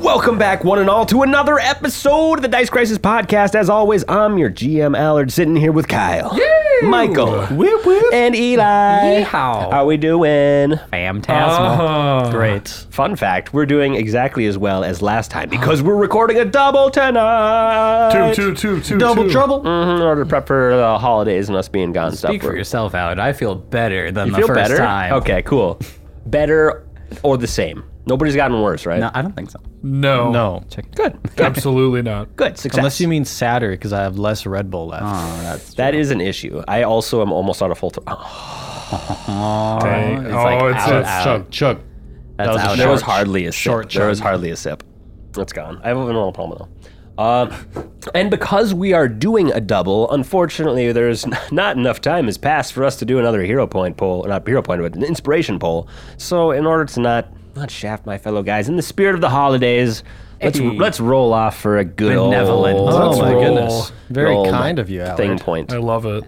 Welcome back, one and all, to another episode of the Dice Crisis Podcast. As always, I'm your GM Allard, sitting here with Kyle, Michael, Whip, whip. and Eli. Yeehaw. Oh. How we doing? Uh-huh. Phantasmal. Great. Fun fact: We're doing exactly as well as last time because we're recording a double tonight. Two, two, two, two. Double two. trouble. Uh, Mhm, in order to prep for the holidays and us being gone. and stuff. Speak for We're- yourself, Allard. I feel better than the Feel first better? time. Okay, cool. Better or the same? Nobody's gotten worse, right? No, I don't think so. No. No. Check. Good. Absolutely not. Good success. Unless you mean sadder because I have less Red Bull left. Oh, that's that is an issue. I also am almost on a full. Th- Dang. it's oh, like it's, out, it's out. chug, chug. that's was a out. there was Short- hardly a sip. short there was chunk. hardly a sip. It's gone. I have a normal problem though. Um, and because we are doing a double, unfortunately, there's n- not enough time has passed for us to do another hero point poll, not hero point, but an inspiration poll. So, in order to not not shaft my fellow guys, in the spirit of the holidays, let's Hey. let's roll off for a good Benevolent. old Oh Let's my roll. goodness. Very roll kind of you, Allard. thing point. I love it.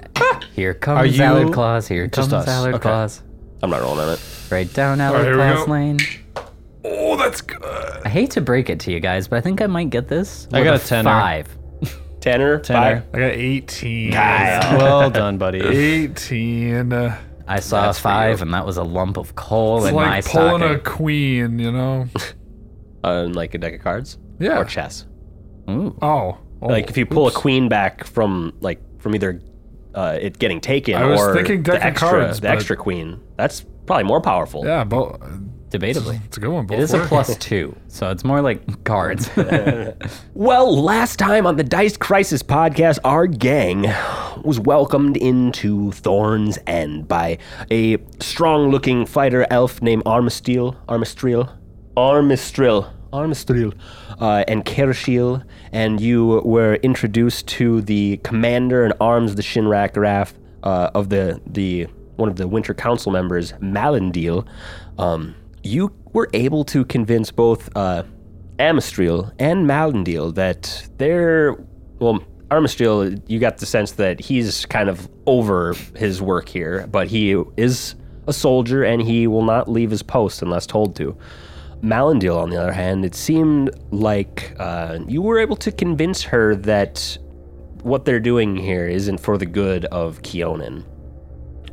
Here comes Are you- Allard Claus. Here Just comes us. Allard Okay. Claus. I'm not rolling on it. Right down Allard here we Claus go. lane. Oh, that's good. I hate to break it to you guys, but I think I might get this. I with got a tenner. Five. Tanner, Tanner. bye. I got 18. well done, buddy. 18. It's I saw a five, and that was a lump of coal in my like pulling stocking. a queen, you know? Uh, like a deck of cards Yeah. or chess. Ooh. Oh. oh. like if you pull a queen back from like from either uh, it getting taken I was or thinking the deck of extra cards, the but- extra queen. That's probably more powerful. Yeah, but Debatably. it's a good one. It is a plus two, so it's more like cards. Well, last time on the Dice Crisis podcast, our gang was welcomed into Thorn's End by a strong-looking fighter elf named Armistril, Armistril, Armistril, Armistril, uh, and Kershil, and you were introduced to the commander in arms of the Shinrak Raf uh, of the the one of the Winter Council members, Malindil. Um, you were able to convince both. Uh, Amistril and Malindil that they're well Armistril you got the sense that he's kind of over his work here but he is a soldier and he will not leave his post unless told to Malindil on the other hand it seemed like uh, you were able to convince her that what they're doing here isn't for the good of Keonan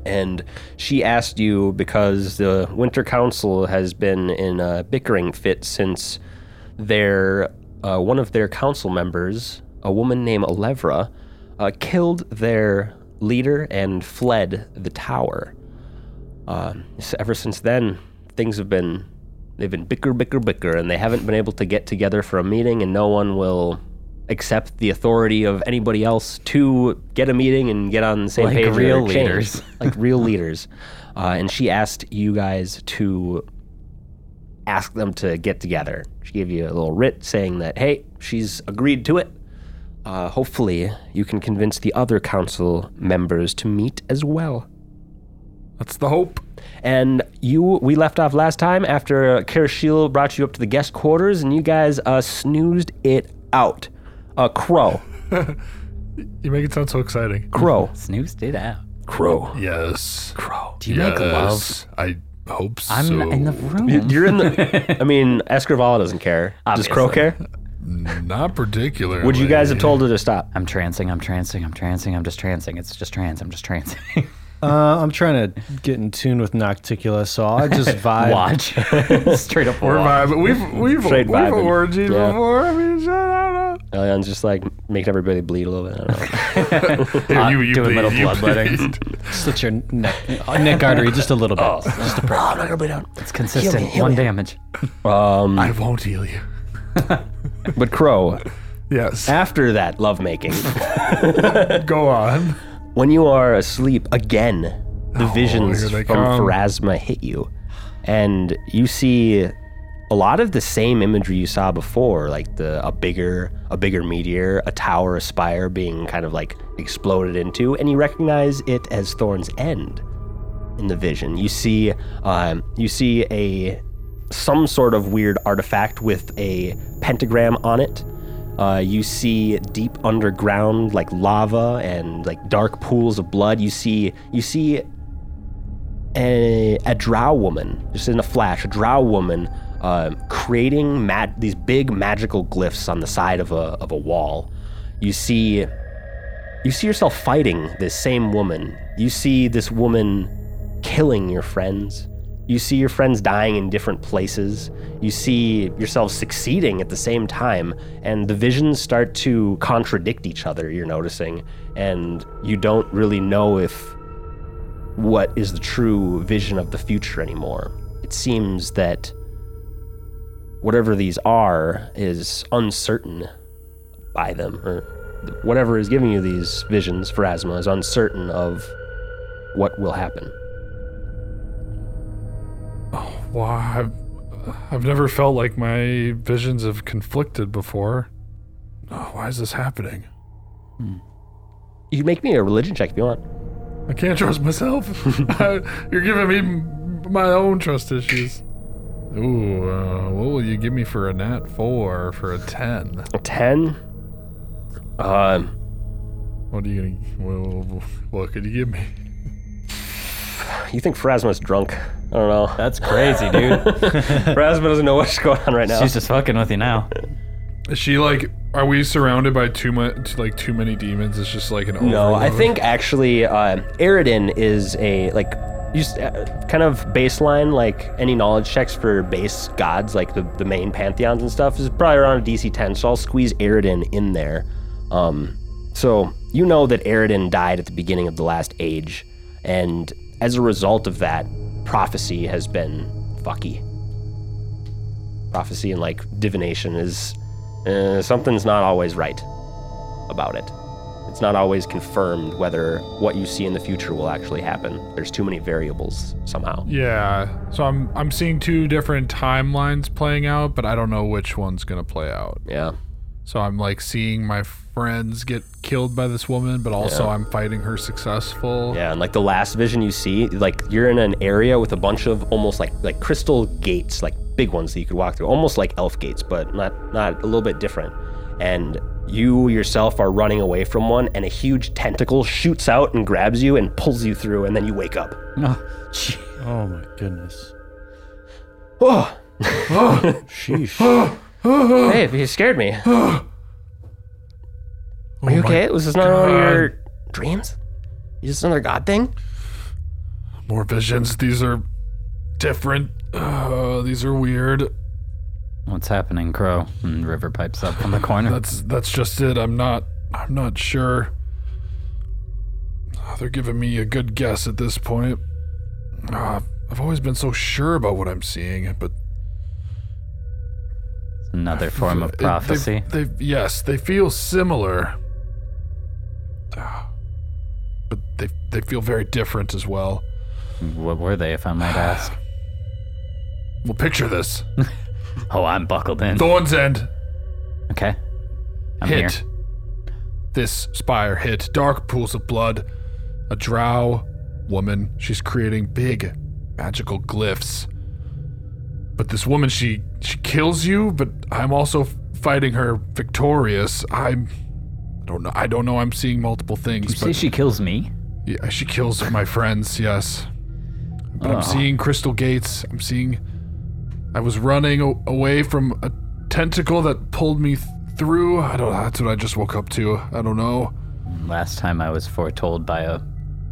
and she asked you because the Winter Council has been in a bickering fit since their uh, one of their council members, a woman named Alevra, uh, killed their leader and fled the tower. Uh, so ever since then, things have been they've been bicker, bicker, bicker, and they haven't been able to get together for a meeting, and no one will accept the authority of anybody else to get a meeting and get on the same Like page. or real change. leaders. like real leaders. Uh, and she asked you guys to ask them to get together. She gave you a little writ saying that hey, she's agreed to it. Uh, hopefully, you can convince the other council members to meet as well. That's the hope. And you, we left off last time after Kirishil brought you up to the guest quarters, and you guys uh, snoozed it out. Uh, crow, You make it sound so exciting. crow, Snoozed it out. crow, Yes. crow. Do you make love? I hope so. I'm in the room. You're in the. I mean, Escrivala doesn't care. Does Crow Obviously. care? Not particularly. Would you guys have told her to stop? I'm trancing, I'm trancing, I'm trancing, I'm just trancing. It's just trance, I'm just trancing. Uh, I'm trying to get in tune with Nocticula, so I'll just vibe. watch. Straight up We're watch. vibing. We've we've Straight we've vibing. orgied Yeah. before. I mean, shut up. Elion's just like making everybody bleed a little bit. I don't know. Here, Uh, you, you doing bleed, little you bloodletting. bleed. Slit your neck, uh, neck artery just a little bit. Oh, I'm not gonna bleed out. It's consistent. Heal me, heal One me. damage. Um, I won't heal you. but Crow, Yes. after that lovemaking, Go on. when you are asleep again, the visions Oh, here from they come. Pharasma hit you, and you see a lot of the same imagery you saw before, like the a bigger a bigger meteor, a tower, a spire being kind of like exploded into, and you recognize it as Thorn's End. in the vision. You see, um, you see a some sort of weird artifact with a pentagram on it. Uh, you see deep underground, like lava and like dark pools of blood. You see, you see a, a drow woman, just in a flash, a drow woman uh, creating ma- these big magical glyphs on the side of a, of a wall. You see you see yourself fighting this same woman. You see this woman killing your friends. You see your friends dying in different places. You see yourselves succeeding at the same time, and the visions start to contradict each other, you're noticing, and you don't really know if what is the true vision of the future anymore. It seems that whatever these are is uncertain by them, or whatever is giving you these visions, Phrasma, is uncertain of what will happen. Wow, I've, I've never felt like my visions have conflicted before. Oh, why is this happening? You can make me a religion check if you want. I can't trust myself. You're giving me m- my own trust issues. Ooh, uh, what will you give me for a nat four for a ten? A 10? Um, What are you gonna? Well, what could you give me? you think Phrasma's drunk? I don't know. That's crazy, dude. Phrasma doesn't know what's going on right now. She's just fucking with you now. Is she like? Are we surrounded by too much? Like too many demons? It's just like an. No, I overload? think actually, uh, Aridin is a like just uh, kind of baseline like any knowledge checks for base gods like the, the main pantheons and stuff is probably around a DC 10. So I'll squeeze Aridin in there. Um, so you know that Aridin died at the beginning of the last age, and as a result of that, prophecy has been fucky. Prophecy and like divination is uh, something's not always right about it. It's not always confirmed whether what you see in the future will actually happen. There's too many variables somehow. Yeah. So I'm I'm seeing two different timelines playing out, but I don't know which one's gonna play out. Yeah. So I'm like seeing my friends get killed by this woman, but also I'm fighting her successful. Yeah, and like the last vision you see, like you're in an area with a bunch of almost like like crystal gates, like big ones that you could walk through, almost like elf gates, but not not a little bit different. And you yourself are running away from one, and a huge tentacle shoots out and grabs you and pulls you through, and then you wake up. Oh, gee. Oh my goodness. Oh, Sheesh. hey, you scared me. Are Oh you okay? Was this not one of your dreams? Is this another god thing? More visions. These are different. Uh, these are weird. What's happening, Crow? And River pipes up from the corner. That's that's just it. I'm not I'm not sure. Ah, They're giving me a good guess at this point. Uh, I've always been so sure about what I'm seeing, but Another form of It- they- prophecy. They, yes, they feel similar, Ah, but they they feel very different as well. What were they, if I might ask? Well, picture this: Oh, I'm buckled in. Thorn's End Okay. I'm hit here. this spire, hit dark pools of blood. A drow woman. She's creating big magical glyphs. But this woman, she she kills you. But I'm also fighting her victorious. I'm. I don't know. I don't know. I'm seeing multiple things. You but say she kills me? Yeah, she kills my friends, yes. But Ah. I'm seeing crystal gates. I'm seeing. I was running a- away from a tentacle that pulled me th- through. I don't That's what I just woke up to. I don't know. Last time I was foretold by a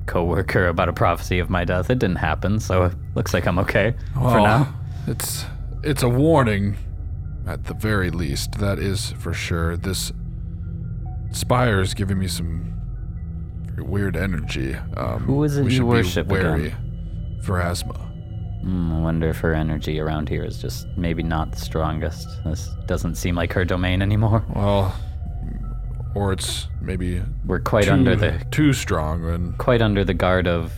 coworker about a prophecy of my death. It didn't happen, so it looks like I'm okay for Well, now. It's, it's a warning, at the very least. That is for sure. This spire is giving me some very weird energy. Um, Who is it we you should be worship wary again? for asthma. Hmm, I wonder if her energy around here is just maybe not the strongest. This doesn't seem like her domain anymore. Well, or it's maybe We're quite too, under the too strong and quite under the guard of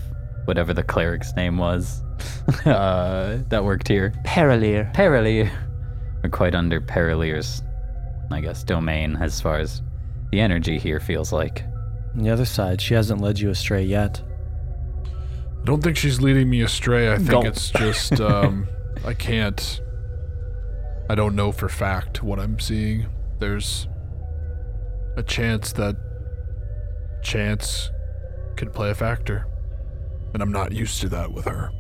whatever the cleric's name was uh, that worked here. Paralier. Paralier. We're quite under Paralier's, I guess, domain as far as the energy here feels like. On the other side, she hasn't led you astray yet. I don't think she's leading me astray. I think Gulp. it's just um, I can't. I don't know for fact what I'm seeing. There's a chance that chance could play a factor, and I'm not used to that with her.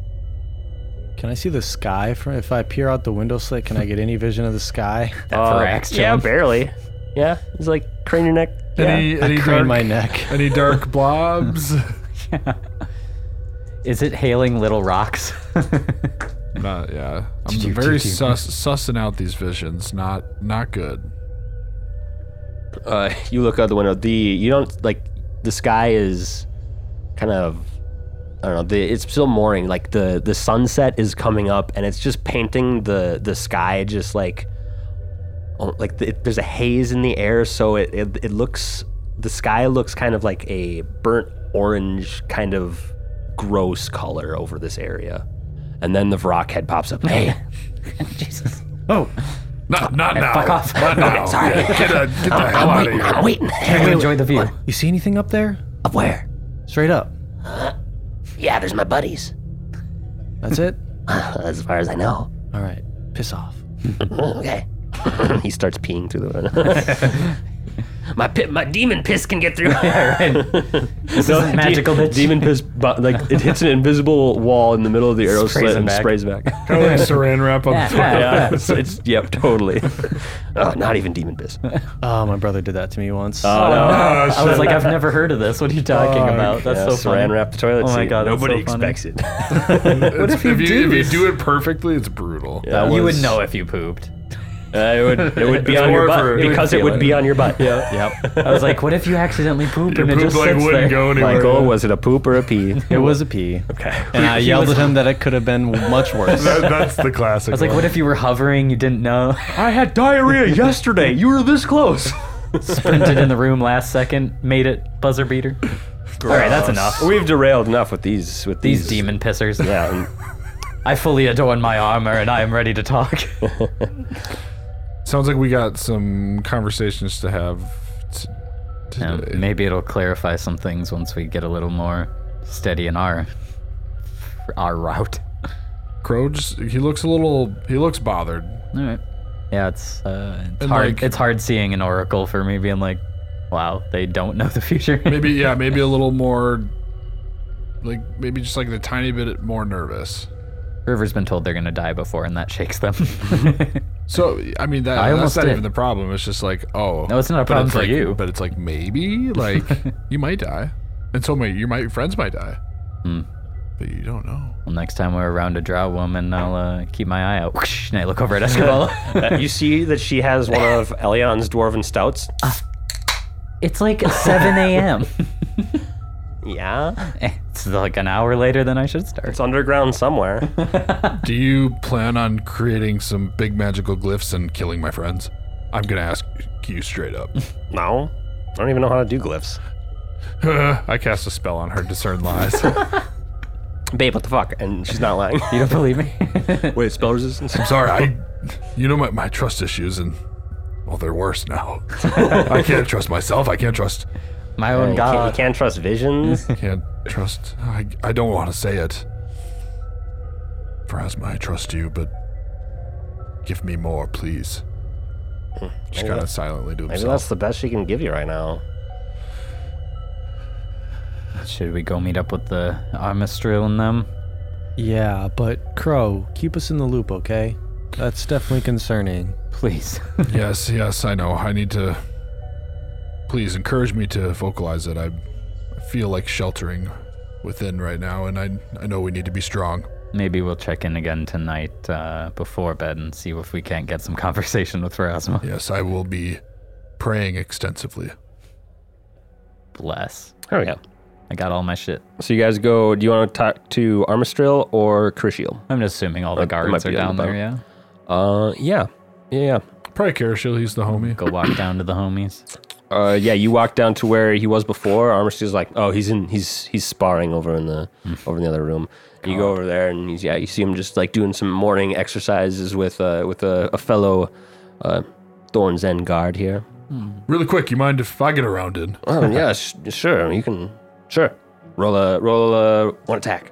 Can I see the sky from if I peer out the window slit? Can I get any vision of the sky? That for Axe Uh, yeah, Jones. barely. Yeah, it's like crane your neck. Yeah. Any I any crane dark my neck. any dark blobs? Is it hailing little rocks? not, yeah, I'm very sus, sussing out these visions. Not not good. Uh, you look out the window. The you don't like the sky is kind of I don't know. The, it's still morning. Like the the sunset is coming up, and it's just painting the the sky just like oh, like the, there's a haze in the air, so it, it it looks the sky looks kind of like a burnt orange kind of gross color over this area. And then the Vrock head pops up. Hey, Jesus. Oh, Not not now. fuck off. Not now. sorry. Get, get, the- get the hell I'm out of waiting. I'm here. waiting. Hey, wait, enjoy the view. You see anything up there? Up where? Straight up. Yeah, there's my buddies. That's it. As far as I know. All right. Piss off. Okay. he starts peeing through the window. my pi- my demon piss can get through. This No, isn't de- magical, bitch. Demon piss, but like it hits an invisible wall in the middle of the arrow Sprays slit him and back. sprays back. Kinda like saran wrap on the Yeah. front. yeah, it's, it's yep, totally. oh, not even demon piss. Oh, my brother did that to me once. Oh no, Oh, I Oh, was like, I've never heard of this. What are you talking about? That's Yeah, so funny. Saran wrap the toilet Oh my seat. God, that's nobody so funny. expects it. what if, you do if you do it perfectly, it's brutal. That You was- would know if you pooped. Uh, it would it would be It's on your more butt for- because it would be on your butt. Yeah. Yep. I was like, what if you accidentally pooped Your and it poop just like sits wouldn't there? go anywhere. Michael, was it a poop or a pee? It was a pee. okay. And I yelled at him that it could have been much worse. That- that's the classic. I was like, what if you were hovering, you didn't know, I had diarrhea yesterday. You were this close. sprinted in the room last second, made it, buzzer beater. All right, that's enough. We've derailed enough with these with these, These demon pissers. Yeah, and I fully adorn my armor and I am ready to talk. Sounds like we got some conversations to have. t- Yeah, today. maybe it'll clarify some things once we get a little more steady in our our route. Crow just, he looks a little, he looks bothered. All right. Yeah, it's uh, it's And, hard. like- it's hard seeing an oracle for me being like, wow, they don't know the future. Maybe, yeah, maybe a little more, like, maybe just like a tiny bit more nervous. River's been told they're gonna die before, and that shakes them. So, I mean, that, I that's almost not did. even the problem. It's just like, oh. No, it's not a but problem for like- you. But it's like, maybe, like, you might die. And so might, you might, your friends might die. Hmm. But you don't know. well, next time we're around a drow woman, I'll uh, keep my eye out. Whoosh, and I look over at Escabal. uh, you see that she has one of Elion's dwarven stouts. it's like 7 a.m. Yeah, it's like an hour later than I should start. it's underground somewhere. Do you plan on creating some big magical glyphs and killing my friends? I'm going to ask you straight up. No, I don't even know how to do glyphs. I cast a spell on her, discern lies. Babe, what the fuck? And she's not lying. You don't believe me? Wait, spell resistance. Sorry, I, you know my, my trust issues, and well, they're worse now. I can't trust myself. I can't trust. My own Oh, You can't, god. you can't trust visions. Can't trust. I, I don't want to say it. Phrasma, I trust you, but give me more, please. Just kind of silently to Maybe himself. that's the best she can give you right now. Should we go meet up with the Armistril and them? Yeah, but Crow, keep us in the loop, okay? That's definitely concerning. Please. Yes, yes, I know. I need to. Please encourage me to vocalize it. I I feel like sheltering within right now, and I I know we need to be strong. Maybe we'll check in again tonight uh, before bed and see if we can't get some conversation with Rasma. Yes, I will be praying extensively. Bless. There we go. I got all my shit. So you guys go. Do you want to talk to Armistril or Crishiel? I'm just assuming all the That might guards be are on the down there, bottom. yeah? Uh, yeah, yeah. yeah. Probably Karashil, he's the homie. Go walk down to the homies. Uh, yeah, you walk down to where he was before. Armistice like, oh, he's in, he's he's sparring over in the over in the other room. You go over there and he's yeah, you see him just like doing some morning exercises with uh with a, a fellow uh, Thorn's End guard here. Really quick, you mind if I get around in? Oh yeah, sh- sure, you can, sure. Roll a roll a one attack.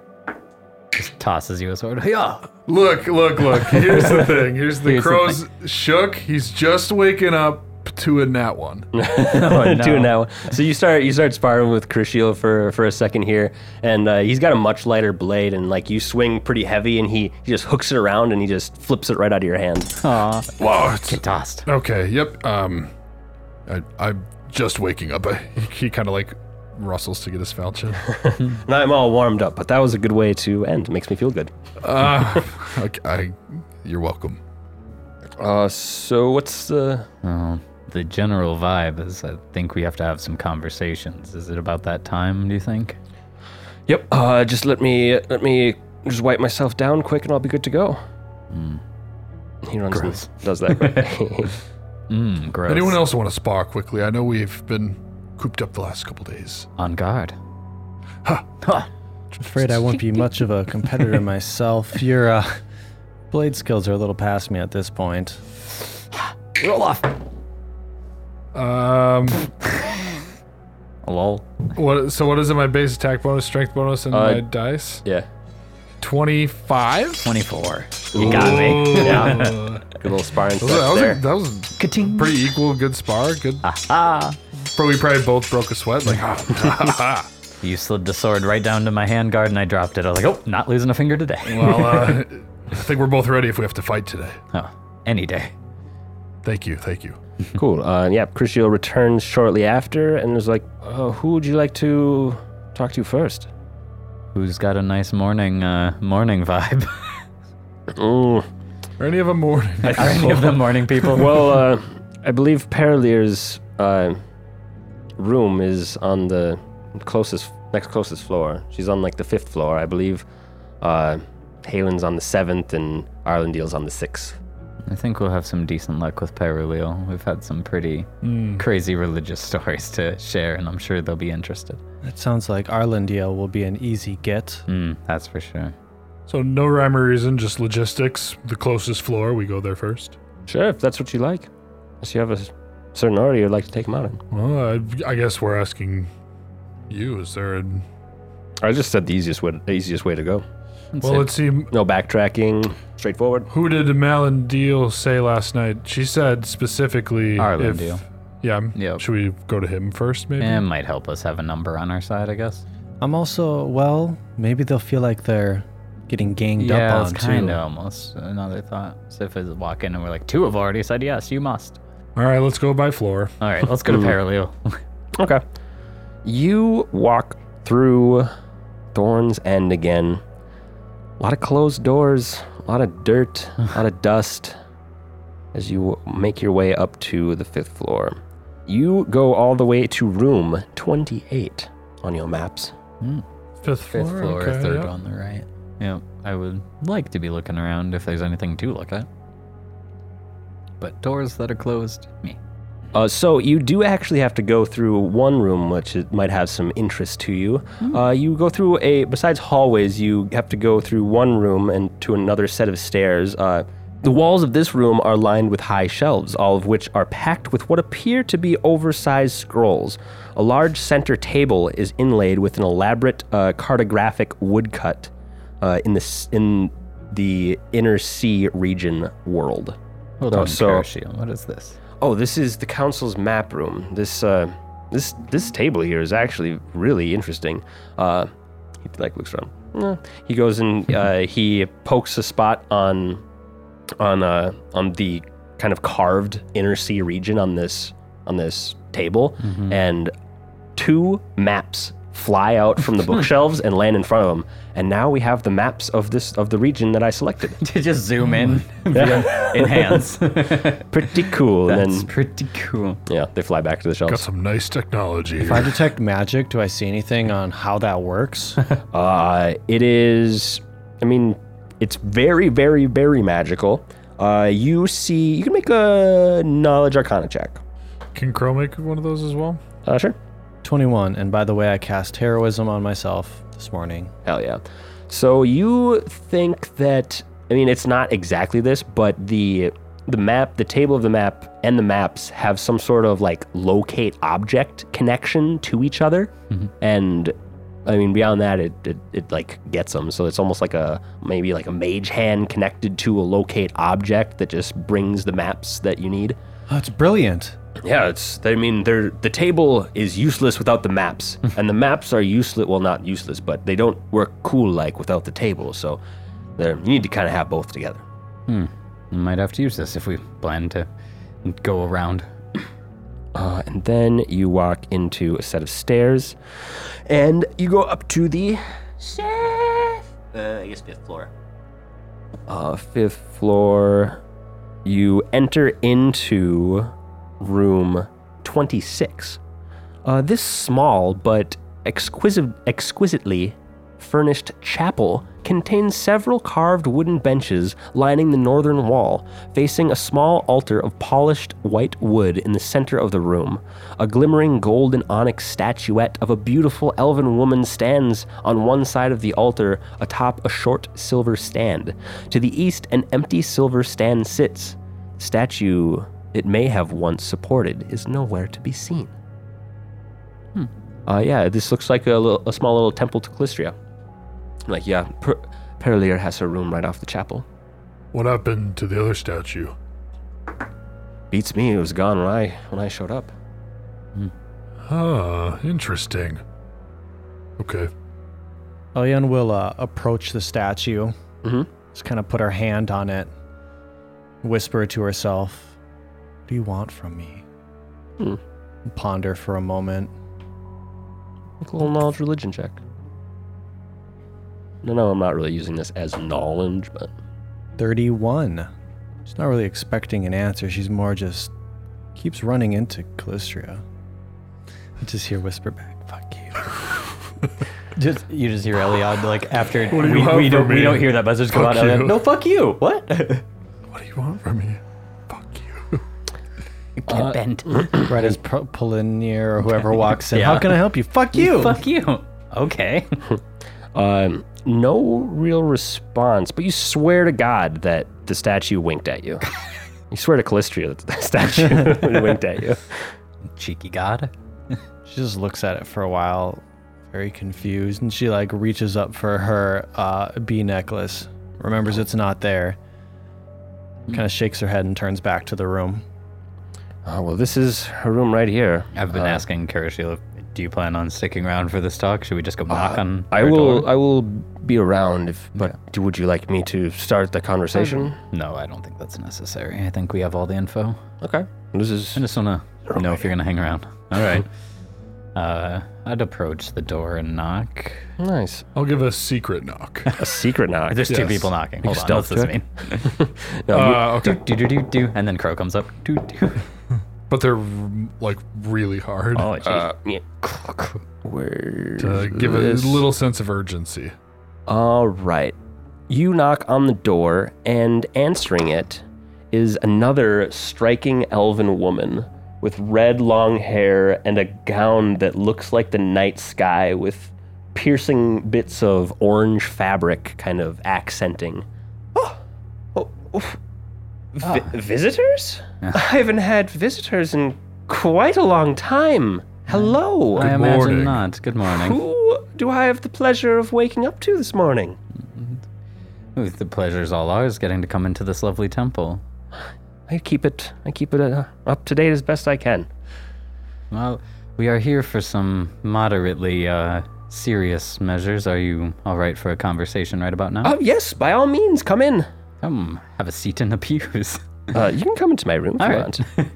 Just tosses you a sword. Yeah. Look, look, look. Here's the thing. Here's the Here's the crow's shook. He's just waking up. two in that one. Oh, no. Two now. So you start you start sparring with Crucial for for a second here, and uh, he's got a much lighter blade, and like you swing pretty heavy, and he, he just hooks it around, and he just flips it right out of your hand. Aw, Whoa, it's- get tossed. okay, yep. Um, I, I'm just waking up. he kind of like rustles to get his falchion. And I'm all warmed up, but that was a good way to end. Makes me feel good. Uh, I, I, you're welcome. Uh, so what's the Oh, the general vibe is I think we have to have some conversations. Is it about that time, do you think? Yep. Uh, just let me let me just wipe myself down quick, and I'll be good to go. Hmm. He runs Gross. and does that. Mm, gross. Anyone else want to spar quickly? I know we've been cooped up the last couple days. On guard. Afraid I won't be much of a competitor myself. Your uh, blade skills are a little past me at this point. Roll off. Um, Lol. what? So what is it? My base attack bonus, strength bonus, and Uh, my dice. Yeah. Twenty-five. 24. You got me. Yeah. that Good little sparring was, that stuff was, a, there. that was pretty equal. Good spar. Good. Ah. But we probably both broke a sweat. Like, ah, You slid the sword right down to my hand guard and I dropped it. I was like, oh, not losing a finger today. well, uh, I think we're both ready if we have to fight today. Oh, any day. Thank you. Thank you. Cool. Uh, yeah, Crucio returns shortly after and is like, uh, "Who would you like to talk to first? Who's got a nice morning uh, morning vibe? Mm. Are any of them morning? Are any of them morning people? Well, uh, I believe Perlier's uh, room is on the closest, next closest floor. She's on like the fifth floor, I believe. Uh, Halen's on the seventh, and Arlendeel's on the sixth. I think we'll have some decent luck with Perulio. We've had some pretty crazy religious stories to share, and I'm sure they'll be interested. That sounds like Arlandiel will be an easy get. Mm, that's for sure. So no rhyme or reason, just logistics. The closest floor, we go there first. Sure, if that's what you like. Unless you have a s- certain order you'd like to take them out in. Well, I, I guess we're asking you. Is there? A, I just said the easiest way, the easiest way to go. That's well, it. let's see. No backtracking, straightforward. Who did Malin Deal say last night? She said specifically. Arlen if- Deal. Yeah. m- Yep. Should we go to him first, maybe? it might help us have a number on our side, I guess. I'm also, well, maybe they'll feel like they're getting ganged yeah, up that's on kind too. of almost another thought. So if I walk in and we're like, two have already said yes, you must. All right, let's go by floor. All right, let's go to Perulio. Okay. You walk through Thorn's End again. A lot of closed doors, a lot of dirt, a lot of dust as you make your way up to the fifth floor. You go all the way to room 28 on your maps. Fifth floor. Hmm, Fifth floor, okay, third yeah. on the right. Yeah, I would like to be looking around if there's anything to look at. But doors that are closed, me. Uh, so you do actually have to go through one room, which it might have some interest to you. Uh, you go through a besides hallways, you have to go through one room and to another set of stairs. Uh, the walls of this room are lined with high shelves, all of which are packed with what appear to be oversized scrolls. A large center table is inlaid with an elaborate uh, cartographic woodcut uh, in the s- in the inner sea region world. Hold Oh, on, so- Parashiel, What is this? Oh, this is the council's map room. This uh, this this table here is actually really interesting. Uh, he like looks around. Eh. He goes and uh, he pokes a spot on on uh, on the kind of carved inner sea region on this on this table, Mm-hmm. and two maps fly out from the bookshelves and land in front of him. And now we have the maps of this of the region that I selected. to just zoom in, enhance. Pretty cool. and That's then pretty cool. yeah, they fly back to the Got shelves. some nice technology. If I detect magic, do I see anything on how that works? Uh, it is. I mean, it's very, very, very magical. Uh, you see, you can make a knowledge arcana check. Can Crow make one of those as well? Uh, sure. 21. And by the way, I cast heroism on myself this morning. Hell yeah. So you think that? I mean, it's not exactly this, but the the map, the table of the map, and the maps have some sort of like locate object connection to each other, and I mean beyond that, it, it it like gets them. So it's almost like a maybe like a mage hand connected to a locate object that just brings the maps that you need. Oh, it's brilliant. Yeah, it's. I mean, they're, the table is useless without the maps, and the maps are useless. Well, not useless, but they don't work cool like without the table. So, they're, you need to kind of have both together. We might have to use this if we plan to go around. Uh, and then you walk into a set of stairs, and you go up to the Uh, I guess fifth floor. uh, fifth floor. You enter into room 26. Uh, this small but exquisite, exquisitely furnished chapel contains several carved wooden benches lining the northern wall, facing a small altar of polished white wood in the center of the room. A glimmering gold and onyx statuette of a beautiful elven woman stands on one side of the altar atop a short silver stand. To the east, an empty silver stand sits. Statue it may have once supported is nowhere to be seen. Uh, yeah, this looks like a, little, a small little temple to Calistria. Like, yeah, per- Perlier has her room right off the chapel. What happened to the other statue? Beats me, it was gone when I when I showed up. Ah, interesting. Okay. Elian will uh, approach the statue. Mm-hmm. Just kind of put her hand on it, whisper to herself, What do you want from me? Hmm. Ponder for a moment. Make a little knowledge religion check. No, no, I'm not really using this as knowledge, but 31. She's not really expecting an answer. She's more just keeps running into Calistria. I just hear whisper back, fuck you. Just you just hear Eliad like after do you we, want we from don't we me? don't hear that message go Fuck out. Eliad, you. no, fuck you. What? What do you want from me? Fuck you. Uh, Get bent. right as Pro- Polinier or whoever walks in. Yeah. How can I help you? Fuck you. Fuck you. Okay. um, no real response. But you swear to God that the statue winked at you. you swear to Calistria that the statue winked at you. Cheeky god. She just looks at it for a while, very confused, and she like reaches up for her uh, bee necklace, remembers it's not there, kind of shakes her head and turns back to the room. Oh, well, this is her room right here. I've been asking Karashil, do you plan on sticking around for this talk? Should we just go knock on? Uh, I her will. door? I will be around. If, but do- would you like me to start the conversation? No, I don't think that's necessary. I think we have all the info. Okay. This is. I just wanna know if you're gonna hang around. All right. uh, I'd approach the door and knock. Nice. I'll give a secret knock. A secret knock. There's two Yes. people knocking. Hold on. What's stealth this check? mean? No, you- uh, okay. Do do do do. And then Crow comes up. Do do. But they're like really hard. Oh, jeez. uh, yeah. Where's to give a this? little sense of urgency. All right. You knock on the door, and answering it is another striking elven woman with red long hair and a gown that looks like the night sky with piercing bits of orange fabric kind of accenting. Oh, oh, Ah. oof. Vi- visitors? I haven't had visitors in quite a long time. Hello. I Good imagine morning. not. Good morning. Who do I have the pleasure of waking up to this morning? Ooh, the pleasure's all ours getting to come into this lovely temple. I keep it. I keep it uh, up to date as best I can. Well, we are here for some moderately uh, serious measures. Are you all right for a conversation right about now? Oh yes, by all means, come in. Come, have a seat in the pews. Uh, you can come into my room if you All want. right.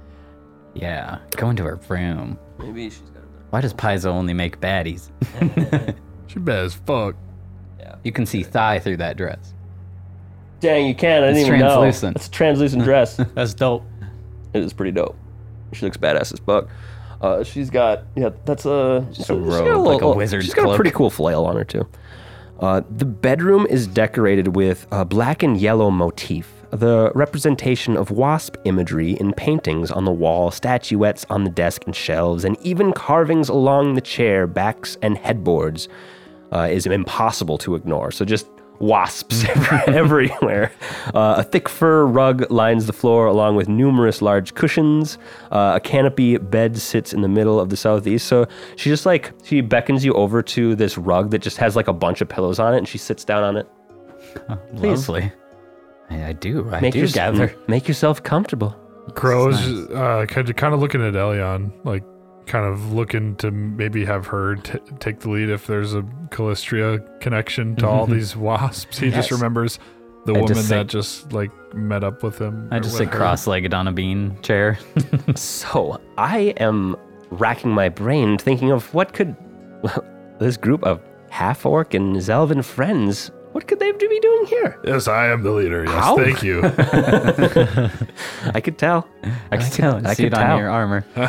yeah, go into her room. Maybe she's got a Why does Paizo only make baddies? She bad as fuck. You can see thigh through that dress. Dang, you can. I didn't It's even know. translucent. It's a translucent dress. it That's dope. is pretty dope. She looks badass as fuck. Uh, she's got yeah. That's a she's a she's got robe, like a little- wizard's She's got a cloak. pretty cool flail on her too. Uh, the bedroom is decorated with a black and yellow motif, the representation of wasp imagery in paintings on the wall, statuettes on the desk and shelves, and even carvings along the chair, backs, and headboards uh, is impossible to ignore. So just wasps everywhere. Uh, a thick fur rug lines the floor along with numerous large cushions. Uh, a canopy bed sits in the middle of the southeast. So she just like, she beckons you over to this rug that just has like a bunch of pillows on it and she sits down on it. Lovely. I, I do. I Make, do yours- gather. make yourself comfortable. Crow's uh, kind of kind of looking at Elion, like kind of looking to maybe have her t- take the lead if there's a Callistria connection to all these wasps. He just Mm-hmm. Yes. remembers the I just woman say- that just like met up with him. I or just with sit her. cross-legged on a bean chair. So I am racking my brain thinking of what could well, this group of half orc and Zelvin friends, what could they be doing here? Yes, I am the leader. Yes, How? thank you. I could tell. I can tell. I I see can it on tell. your armor. Uh,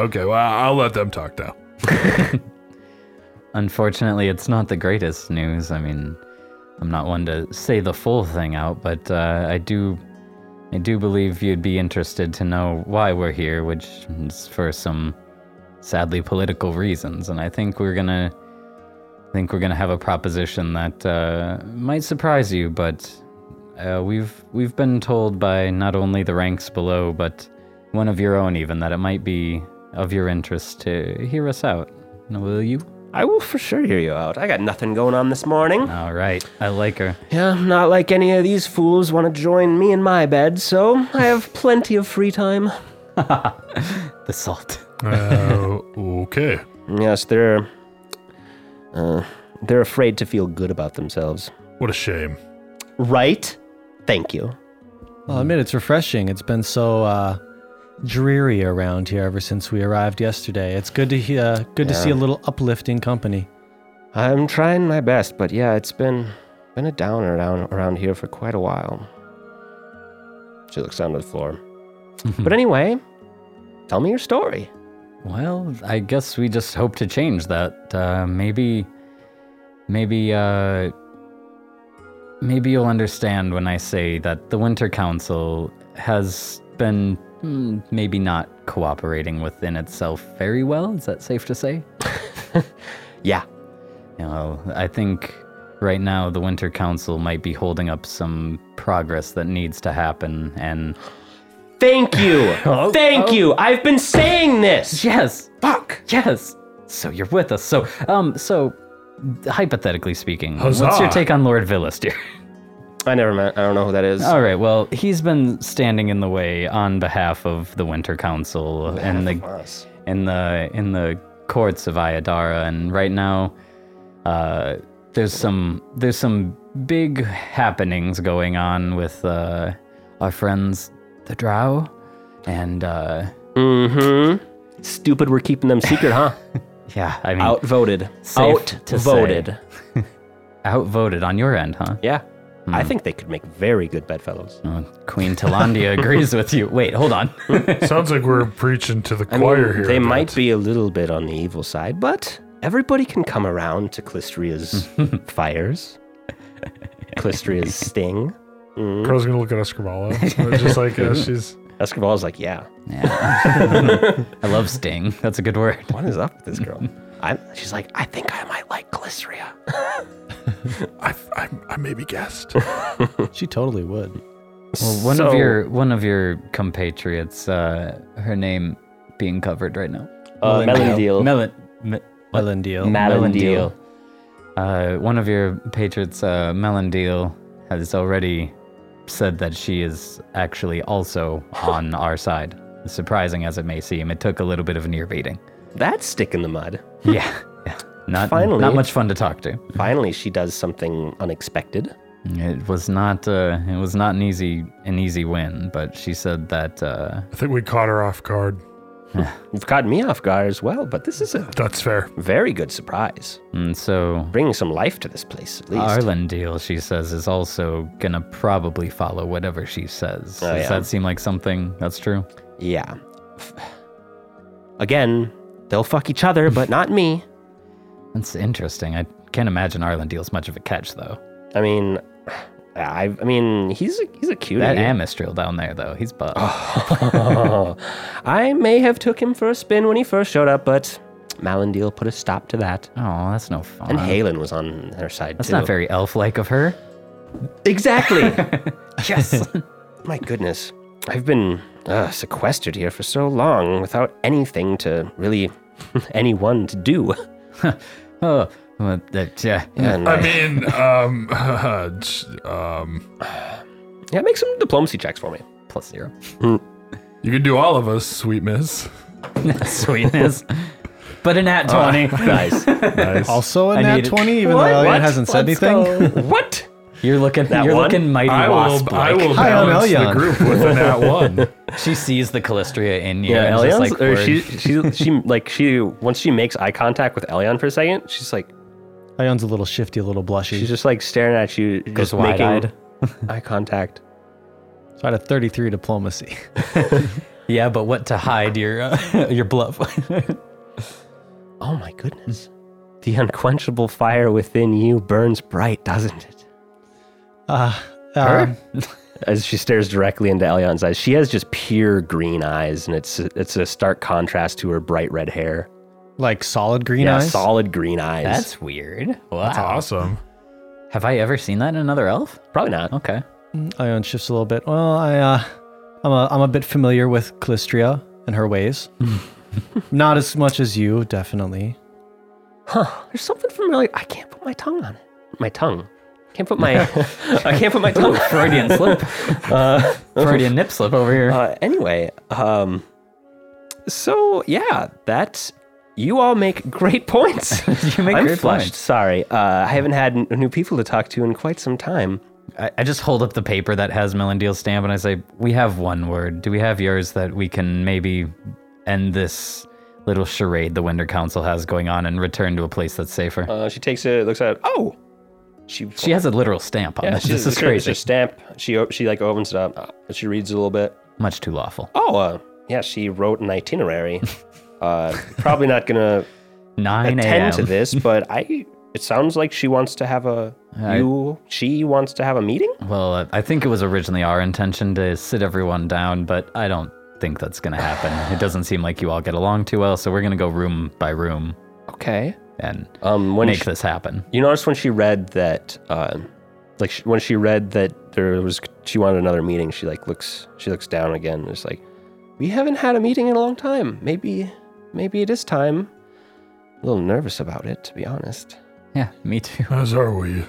okay, well I'll let them talk now. Unfortunately, it's not the greatest news. I mean, I'm not one to say the full thing out, but uh, I do, I do believe you'd be interested to know why we're here, which is for some sadly political reasons. And I think we're gonna, I think we're gonna have a proposition that uh, might surprise you, but uh, we've we've been told by not only the ranks below, but one of your own even, that it might be of your interest to hear us out. Will you? I will for sure hear you out. I got nothing going on this morning. All right, I like her. Yeah, not like any of these fools want to join me in my bed, so I have plenty of free time. The salt. Uh, okay. Yes, they're uh, they're afraid to feel good about themselves. What a shame. Right? Thank you. I'll admit it's refreshing. It's been so uh, dreary around here ever since we arrived yesterday. It's good to hear, good to see a little uplifting company. I'm trying my best, but yeah, it's been been a downer around around here for quite a while. She looks down to the floor. but anyway, tell me your story. Well, I guess we just hope to change that. Uh, maybe, maybe, uh, maybe you'll understand when I say that the Winter Council has been mm, maybe not cooperating within itself very well. Is that safe to say? Yeah. You know, I think right now the Winter Council might be holding up some progress that needs to happen, and Thank Oh, you. Thank you. I've been saying this. yes, Fuck. Yes. So you're with us. So, um, so hypothetically speaking, what's Huzzah. your take on Lord Villas, dear? I never met. I don't know who that is. All right. Well, he's been standing in the way on behalf of the Winter Council and the Us. in the in the courts of Ayadara, and right now, uh, there's some there's some big happenings going on with uh, our friends the Drow, and uh, Mm-hmm. Stupid. We're keeping them secret, huh? yeah, I mean, Outvoted. Safe to say. Outvoted. outvoted on your end, huh? Yeah. I Hmm. think they could make very good bedfellows. Uh, Queen Talandia agrees with you. Wait, hold on. Sounds like we're preaching to the I choir mean, here. they a bit. might be a little bit on the evil side, but everybody can come around to Clistria's fires, Clistria's sting. Crow's gonna look at Escribala. just like uh, she's. Escobar's like, yeah, I love Sting. That's a good word. what is up with this girl? I, she's like, I think I might like Clistria. I, I, I maybe guessed. She totally would. Well, one So- of your one of your compatriots, uh, her name being covered right now. uh, Melon Deal. Melon. Me- Ellen Deal. Melon Deal. Uh, one of your patriots, uh, Melon Deal, has already said that she is actually also on our side. Surprising as it may seem, it took a little bit of an ear beating. That's stick in the mud. Yeah. yeah. Not, Finally. not much fun to talk to. Finally, she does something unexpected. It was not. Uh, it was not an easy an easy win, but she said that. Uh, I think we caught her off guard. You've caught me off guard as well, but this is a That's fair. very good surprise. and mm, so Bringing some life to this place, at least. Arlen deal, she says, is also gonna probably follow whatever she says. Oh, Does yeah. that seem like something that's true? Yeah. F- Again, they'll fuck each other, but not me. That's interesting. I can't imagine Arlen deal's much of a catch though. I mean, I, I mean, he's a, he's a cutie. That Amistril down there though, he's buff. Ah. I may have took him for a spin when he first showed up, but Malandil put a stop to that. Oh, that's no fun. And Halen was on her side that's too. not very elf-like of her. Exactly. Yes. My goodness, I've been uh, sequestered here for so long without anything to really anyone to do. oh, well, that, yeah. And uh, I I- mean, um, j- um, yeah, make some diplomacy checks for me. Plus zero. You can do all of us, sweet miss. Sweetness. but a nat 20. Ah, Nice. Nice. Also a I nat need it. 20, even What? though Elliot What? hasn't said Let's anything. go. what? You're looking That you're one? looking mighty I wasp. will, I will Hi, I'm balance the Elyon. group with a nat one. She sees the Calistria in you. Yeah, and is Elion's, just like, like, word. she, she, she, like, she, once she makes eye contact with Elion for a second, she's like, Ion's a little shifty, a little blushy. she's just like staring at you, goes just wide eyed. making eye contact. so I had a 33 diplomacy. Yeah, but what to hide your uh, your bluff? Oh my goodness. The unquenchable fire within you burns bright, doesn't it? Uh, um, As she stares directly into Elion's eyes, she has just pure green eyes, and it's it's a stark contrast to her bright red hair. like solid green yeah, eyes. solid green eyes. That's weird. Wow. That's awesome. Have I ever seen that in another elf? probably not. Okay. Ion shifts a little bit. Well, I, uh, I'm a, I'm a bit familiar with Calistria and her ways. Not as much as you, definitely. Huh? There's something familiar. I can't put my tongue on it. My tongue. Can't put my. I can't put my tongue. Freudian slip. Uh, Freudian nip slip over here. uh, anyway, um, so yeah, that's you all make great points. you make I'm great flushed. points. Sorry, uh, I haven't had n- new people to talk to in quite some time. I, I just hold up the paper that has Melindeal's stamp and I say, We have one word. Do we have yours that we can maybe end this little charade the Winter Council has going on and return to a place that's safer? Uh, she takes it, looks at it. Oh, she. she has a literal stamp on yeah, this. she- This is sure, It's crazy. a stamp. She o- she like opens it up. uh, She reads it a little bit. Much too lawful. Oh, uh, yeah. She wrote an itinerary. uh, probably not gonna 9 a.m. attend to this, but I. It sounds like she wants to have a. I- you. She wants to have a meeting. Well, uh, I think it was originally our intention to sit everyone down, but I don't think that's going to happen. It doesn't seem like you all get along too well, so we're going to go room by room Okay. and Um, when make she- this happen. you notice when she read that, uh, like she, when she read that there was she wanted another meeting. She like looks she looks down again. And it's like we haven't had a meeting in a long time. Maybe maybe it is time. A little nervous about it, to be honest. Yeah, me too. As are we.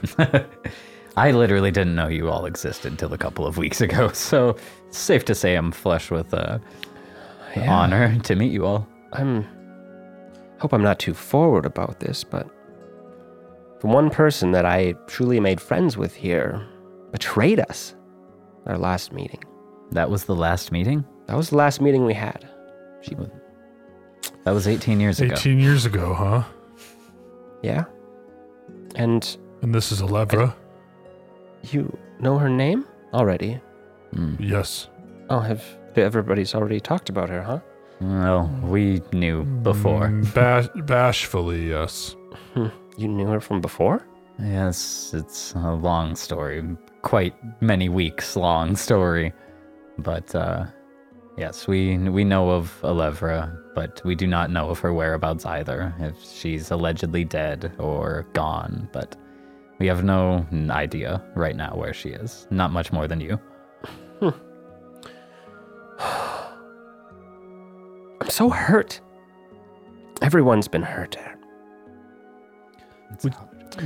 I literally didn't know you all existed until a couple of weeks ago, so it's safe to say I'm flush with uh, the honor to meet you all. I'm hope I'm not too forward about this, but the one person that I truly made friends with here betrayed us at our last meeting. That was the last meeting? That was the last meeting we had. She That was 18 years ago. 18 years ago, huh? yeah. And And this is Elevra? You know her name already? Yes. Oh, have everybody's already talked about her, huh? Well, we knew before. Mm, Bash- bashfully, yes. You knew her from before? Yes, it's a long story, quite many weeks long story. But uh, yes, we we know of Alevra, but we do not know of her whereabouts either. If she's allegedly dead or gone, but we have no idea right now where she is. Not much more than you. I'm so hurt. Everyone's been hurt. Would,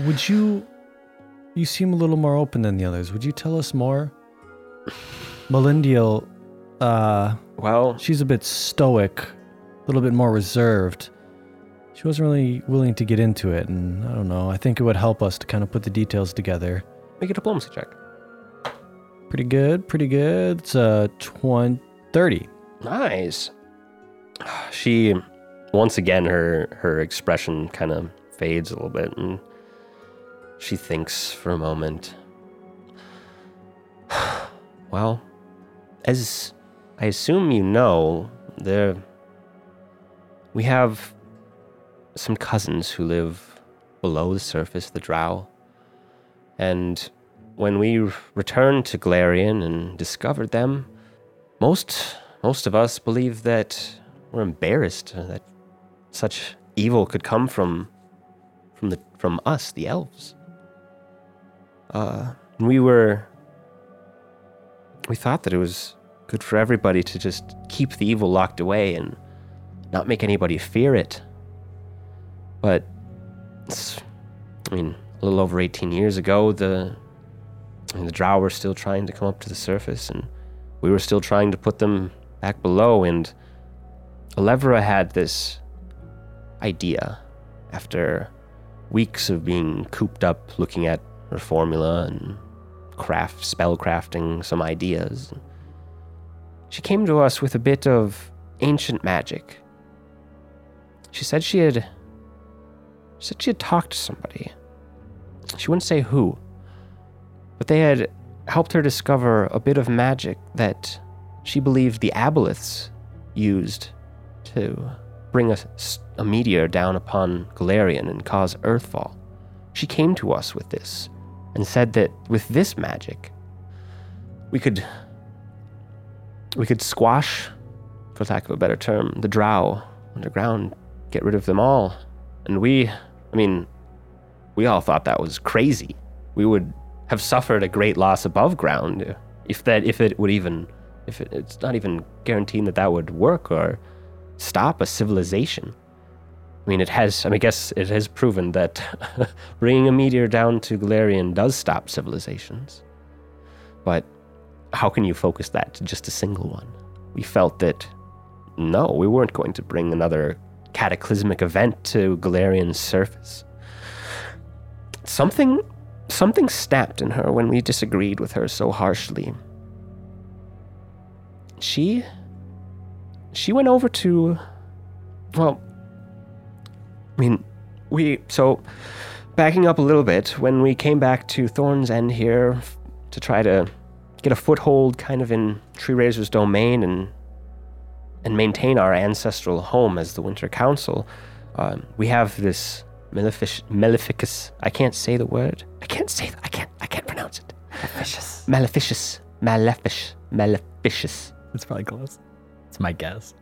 would you? You seem a little more open than the others. Would you tell us more? Melindial, uh, Well, she's a bit stoic, a little bit more reserved. She wasn't really willing to get into it, and I don't know. I think it would help us to kind of put the details together. make a diplomacy check. Pretty good, pretty good. It's uh, a 20, 30. Nice. She, once again, her her expression kind of fades a little bit, and she thinks for a moment. Well, as I assume you know, there we have some cousins who live below the surface of the Drow, and when we returned to Glarion and discovered them, most most of us believe that we're embarrassed uh, that such evil could come from from the from us, the elves. Uh, we were we thought that it was good for everybody to just keep the evil locked away and not make anybody fear it. But it's, I mean, a little over 18 years ago, the the drow were still trying to come up to the surface and we were still trying to put them back below, and Elevra had this idea after weeks of being cooped up looking at her formula and craft spell crafting some ideas. She came to us with a bit of ancient magic. She said she had she said she had talked to somebody. She wouldn't say who, but they had helped her discover a bit of magic that she believed the Aboleths used to bring a, s- a meteor down upon Galarian and cause Earthfall. She came to us with this and said that with this magic, we could we could squash, for lack of a better term, the drow underground, get rid of them all. And we, I mean, we all thought that was crazy. We would have suffered a great loss above ground if that if it would even if it, it's not even guaranteeing that that would work or stop a civilization. I mean, it has. I mean, I guess it has proven that bringing a meteor down to Galarian does stop civilizations. But how can you focus that to just a single one? We felt that no, we weren't going to bring another cataclysmic event to Galarian's surface. Something something snapped in her when we disagreed with her so harshly. She she went over to well I mean, we so backing up a little bit when we came back to Thorns End here f- to try to get a foothold kind of in Tree Raiser's domain and and maintain our ancestral home as the Winter Council, um, we have this malefic- maleficus. I can't say the word. I can't say. th- I can't. I can't pronounce it. Vicious. Maleficious. Malefic. Maleficious. It's probably close. It's my guess.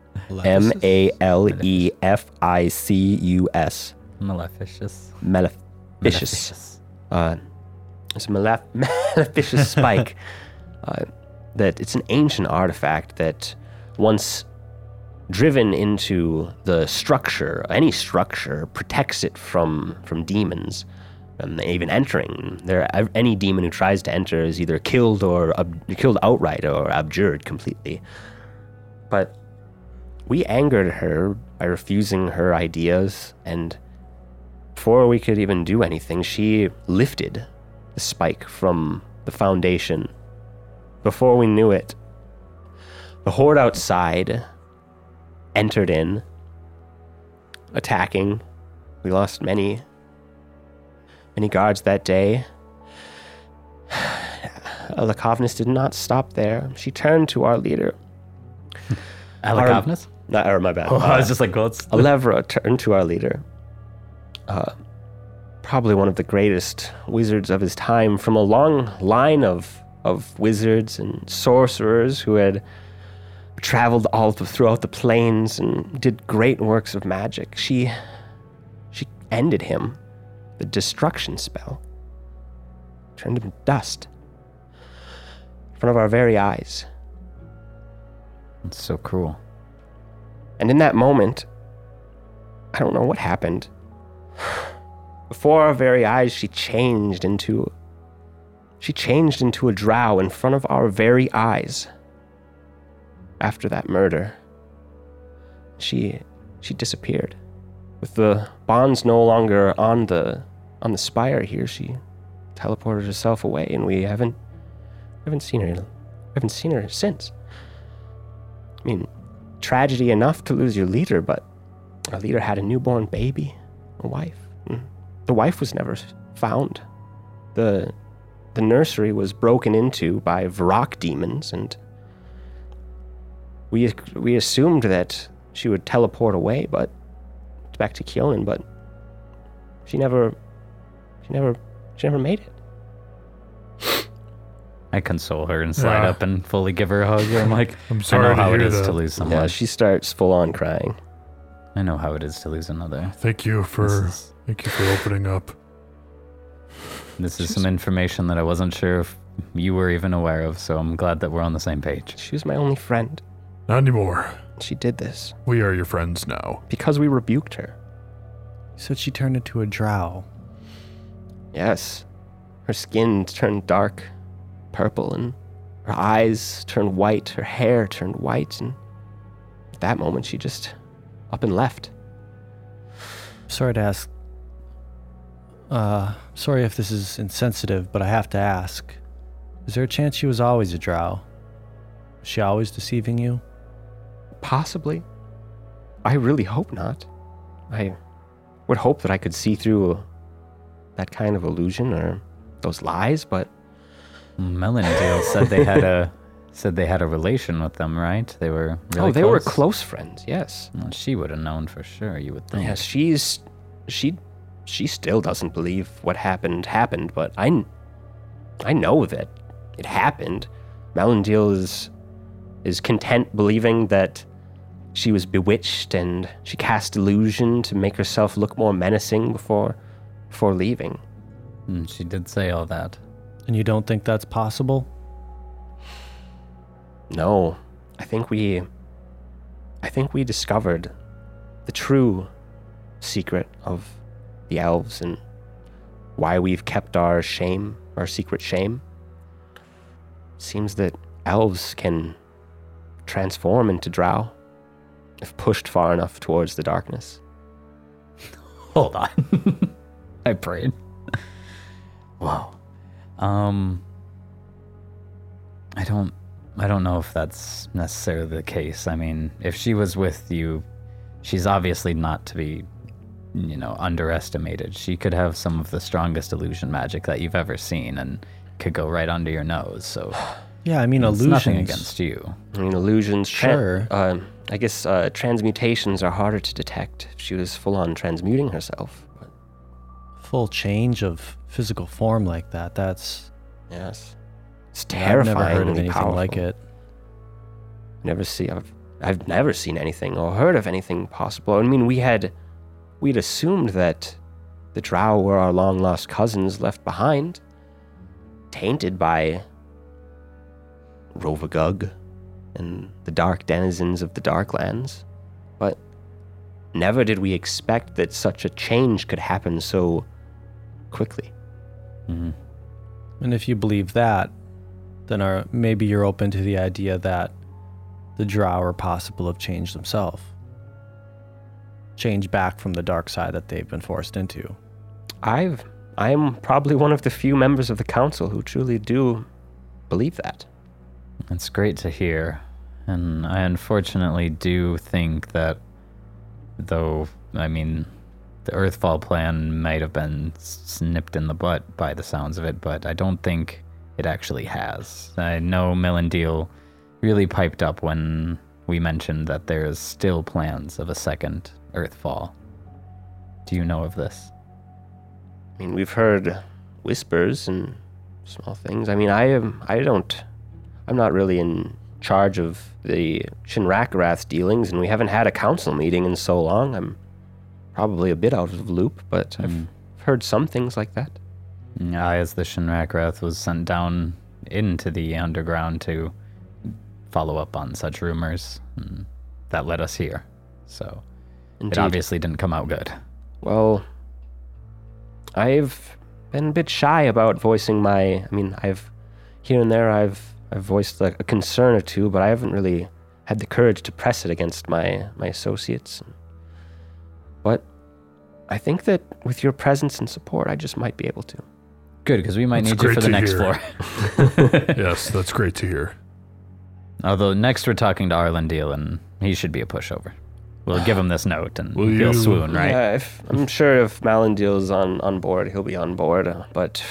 M a l e f i c u s. Maleficious. Maleficious. uh, it's a malef- maleficious spike. Uh, that it's an ancient artifact that once driven into the structure, any structure protects it from from demons, from even entering. There, any demon who tries to enter is either killed or ob- killed outright or abjured completely. But we angered her by refusing her ideas and before we could even do anything, she lifted the spike from the foundation. Before we knew it, the horde outside entered in, attacking. We lost many, many guards that day. Lakovnis did not stop there. She turned to our leader. Alakavnas? Not, or Ah, my bad. Oh, I was just like, well, it's Alevra turned to our leader, uh, probably one of the greatest wizards of his time, from a long line of of wizards and sorcerers who had traveled all th- throughout the plains and did great works of magic. She she ended him, the destruction spell, turned him to dust in front of our very eyes. It's so cruel. And in that moment, I don't know what happened. Before our very eyes, she changed into. She changed into a drow in front of our very eyes. After that murder, she she disappeared. With the bonds no longer on the on the spire here, she teleported herself away, and we haven't haven't seen her haven't seen her since. I mean, tragedy enough to lose your leader, but our leader had a newborn baby, a wife. Mm. The wife was never s- found. The the nursery was broken into by Varrock demons, and we we assumed that she would teleport away, but back to Kionin, but she never she never she never made it. I console her and slide Yeah. up and fully give her a hug. I'm like, I'm I sorry know to how it hear is that. to lose someone. Yeah, she starts full on crying. I know how it is to lose another. Thank you This for is, thank you for opening up. this is some information that I wasn't sure if you were even aware of, so I'm glad that we're on the same page. She was my only friend. Not anymore. She did this We are your friends now. because we rebuked her. So she turned into a drow. Yes. Her skin turned dark purple and her eyes turned white, her hair turned white, and at that moment, she just up and left. Sorry to ask. Uh, sorry if this is insensitive, but I have to ask. Is there a chance she was always a drow? Was she always deceiving you? Possibly. I really hope not. I would hope that I could see through that kind of illusion or those lies, but Melondale said they had a said they had a relation with them, right? They were really oh, they were close? close friends. Yes. Well, she would have known for sure. You would think. Yes, she's she she still doesn't believe what happened happened, but I kn- I know that it happened. Melondil is is content believing that she was bewitched and she cast illusion to make herself look more menacing before before leaving. Mm, she did say all that. And you don't think that's possible? No, I think we I think we discovered the true secret of the elves and why we've kept our shame, our secret shame. Seems that elves can transform into drow if pushed far enough towards the darkness. Hold on. I prayed. Whoa. Um I don't I don't know if that's necessarily the case. I mean, if she was with you, she's obviously not to be you know, underestimated. She could have some of the strongest illusion magic that you've ever seen and could go right under your nose. So Yeah, I mean, it's illusions. nothing against you. I mean, illusions. tran- Sure. um, I guess uh, transmutations are harder to detect. She was full on transmuting herself. But Full change of physical form like that. That's yes, it's I've terrifying. never heard of anything like it. never see I've I've never seen anything or heard of anything possible. I mean, we had we'd assumed that the drow were our long lost cousins left behind, tainted by Rovagug and the dark denizens of the Darklands. But never did we expect that such a change could happen so quickly. Mhm. And if you believe that, then are, maybe you're open to the idea that the drow are possible have changed themselves. Change back from the dark side that they've been forced into. I've I'm probably one of the few members of the council who truly do believe that. It's great to hear. And I unfortunately do think that, though, I mean, the Earthfall plan might have been snipped in the butt by the sounds of it, but I don't think it actually has. I know Melendil really piped up when we mentioned that there is still plans of a second Earthfall. Do you know of this? I mean, we've heard whispers and small things. I mean, I am. I don't. I'm not really in charge of the Shinrakarath's dealings, and we haven't had a council meeting in so long. I'm probably a bit out of the loop, but I've heard some things like that. I, as the Shinrakrath, was sent down into the underground to follow up on such rumors, and that led us here. So Indeed. it obviously didn't come out good. Well, I've been a bit shy about voicing my. I mean, I've here and there I've I've voiced like a concern or two, but I haven't really had the courage to press it against my my associates. But I think that with your presence and support, I just might be able to. Good, because we might That's need you great for the to next hear. floor. yes, that's great to hear. Although next we're talking to Arlen Deal, and he should be a pushover. We'll give him this note, and Will he'll you- swoon, right? Yeah, if, I'm sure if Malindil's on on board, he'll be on board. uh, But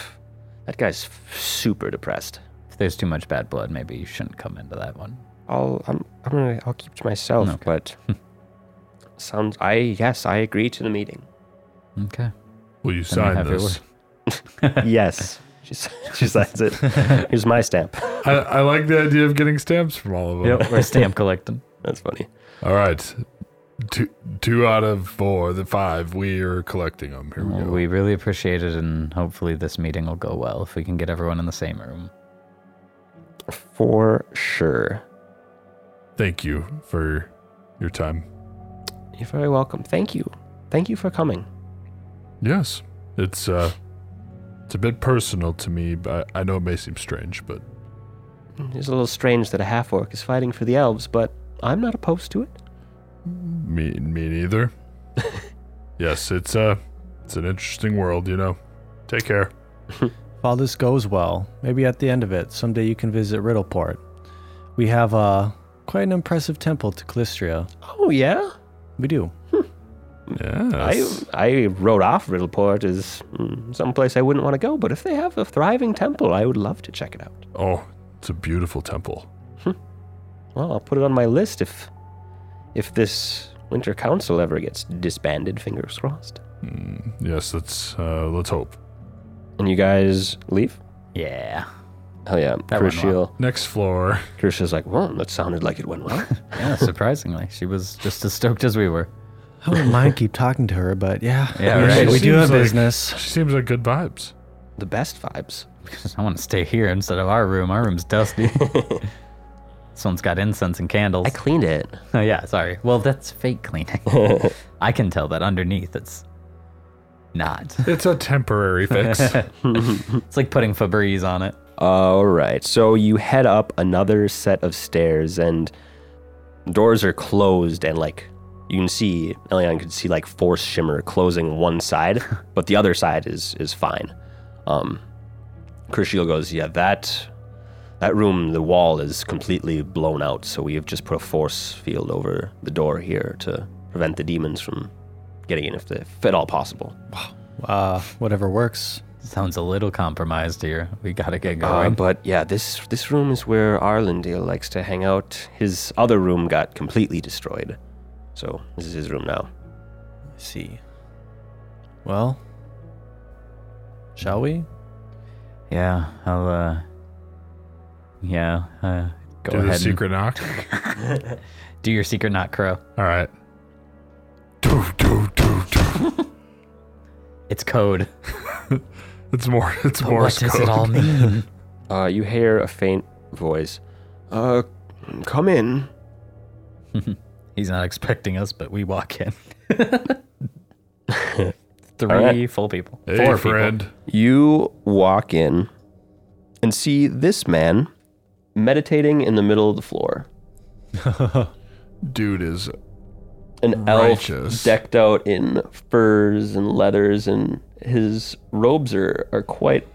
that guy's super depressed. If there's too much bad blood, maybe you shouldn't come into that one. I'll I'm, I'm gonna I'll keep to myself. Okay. But sounds I yes I agree to the meeting. Okay. Will Then you you sign have your this? word. yes, she s- she signs it. Here's my stamp. I, I like the idea of getting stamps from all of them. We're stamp collecting. That's funny. All right. Two, two out of four, the five, we are collecting them. Here we Well, go. Oh, we really appreciate it, and hopefully this meeting will go well if we can get everyone in the same room. For sure. Thank you for your time. You're very welcome. Thank you. Thank you for coming. Yes, it's uh, it's a bit personal to me. But I know it may seem strange, but It's a little strange that a half orc is fighting for the elves, but I'm not opposed to it. Me, me neither. yes, it's uh, it's an interesting world, you know. Take care. If all this goes well, maybe at the end of it, someday you can visit Riddleport. We have uh, quite an impressive temple to Calistria. Oh yeah. We do. I Yes. I wrote off Riddleport as mm, someplace I wouldn't want to go, but if they have a thriving temple, I would love to check it out. oh, it's a beautiful temple. Well, I'll put it on my list if if this Winter Council ever gets disbanded. Fingers crossed. Yes, let's uh, let's hope. And you guys leave? Yeah. Hell yeah. That went Crucial. Next floor. Crucial's like, well, that sounded like it went well. Yeah, surprisingly. she was just as stoked as we were. I wouldn't mind keep talking to her, but yeah. Yeah, we- right. We do Seems have like- business. She seems like good vibes. the best vibes. I want to stay here instead of our room. Our room's dusty. this one's got incense and candles. I cleaned it. oh, yeah, sorry. Well, that's fake cleaning. I can tell that underneath it's not. It's a temporary fix. It's like putting Febreze on it. All right. So you head up another set of stairs, and doors are closed, and like you can see, Elion could see like force shimmer closing one side, but the other side is is fine. Um, Crucial goes, yeah, that that room, the wall is completely blown out, so we have just put a force field over the door here to prevent the demons from getting in, if, they, if at all possible. Uh, whatever works. Sounds a little compromised here. We gotta get Uh, going. but yeah, this this room is where Arlindale likes to hang out. His other room got completely destroyed, so this is his room now. Let's see. Well, shall we? yeah, I'll, uh. Yeah, uh. Go Do ahead. the and secret knock. Do your secret knot, Crow. All right. Doo, doo, doo, doo. It's code. It's more. It's more. what does it all mean? Uh, you hear a faint voice. Uh, come in. He's not expecting us, but we walk in. Three right. full people. Hey, Four friend. You walk in and see this man meditating in the middle of the floor. Dude is An elf Righteous. decked out in furs and leathers, and his robes are, are quite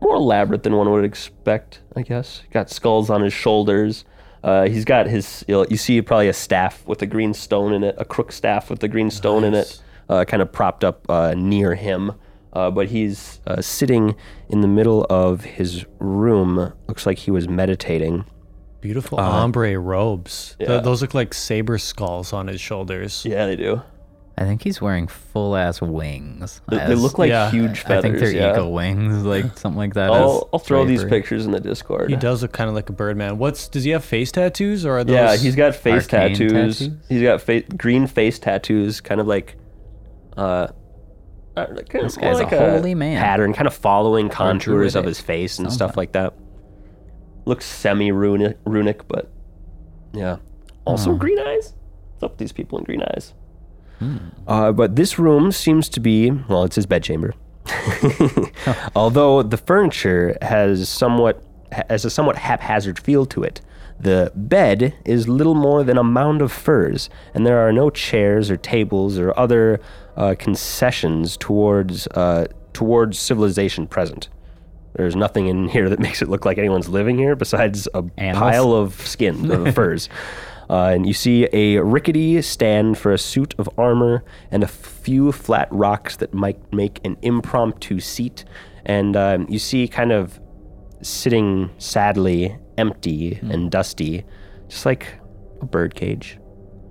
more elaborate than one would expect, I guess. Got skulls on his shoulders. Uh, he's got his, you'll- you see probably a staff with a green stone in it, a crook staff with a green stone in it, uh, kind of propped up uh, near him. Uh, but he's uh, sitting in the middle of his room. Looks like he was meditating. Beautiful ombre robes. Th- Uh, yeah. those look like saber skulls on his shoulders. Yeah, they do. I think he's wearing full ass wings. They, they as- look like yeah, huge feathers. I think they're yeah. eagle wings, like something like that. as I'll, I'll throw these drapery. pictures in the Discord. He does look kind of like a birdman. What's does he have face tattoos or are those? Yeah, he's got face Arcane tattoos. tattoos? He's got fa- green face tattoos, kind of like, uh, uh, like, kind of more guy's a like holy man. pattern, kind of following contours of druidic. his face and Sounds stuff like that. Looks semi runic, runic, but yeah. Also Hmm. green eyes. What's up with these people in green eyes? Uh, but this room seems to be well, it's his bedchamber. Although the furniture has somewhat has a somewhat haphazard feel to it. The bed is little more than a mound of furs, and there are no chairs or tables or other uh, concessions towards uh, towards civilization present. There's nothing in here that makes it look like anyone's living here besides a Animals? pile of skin, of furs. Uh, and you see a rickety stand for a suit of armor and a few flat rocks that might make an impromptu seat. And um, you see kind of sitting sadly empty and dusty, just like a birdcage.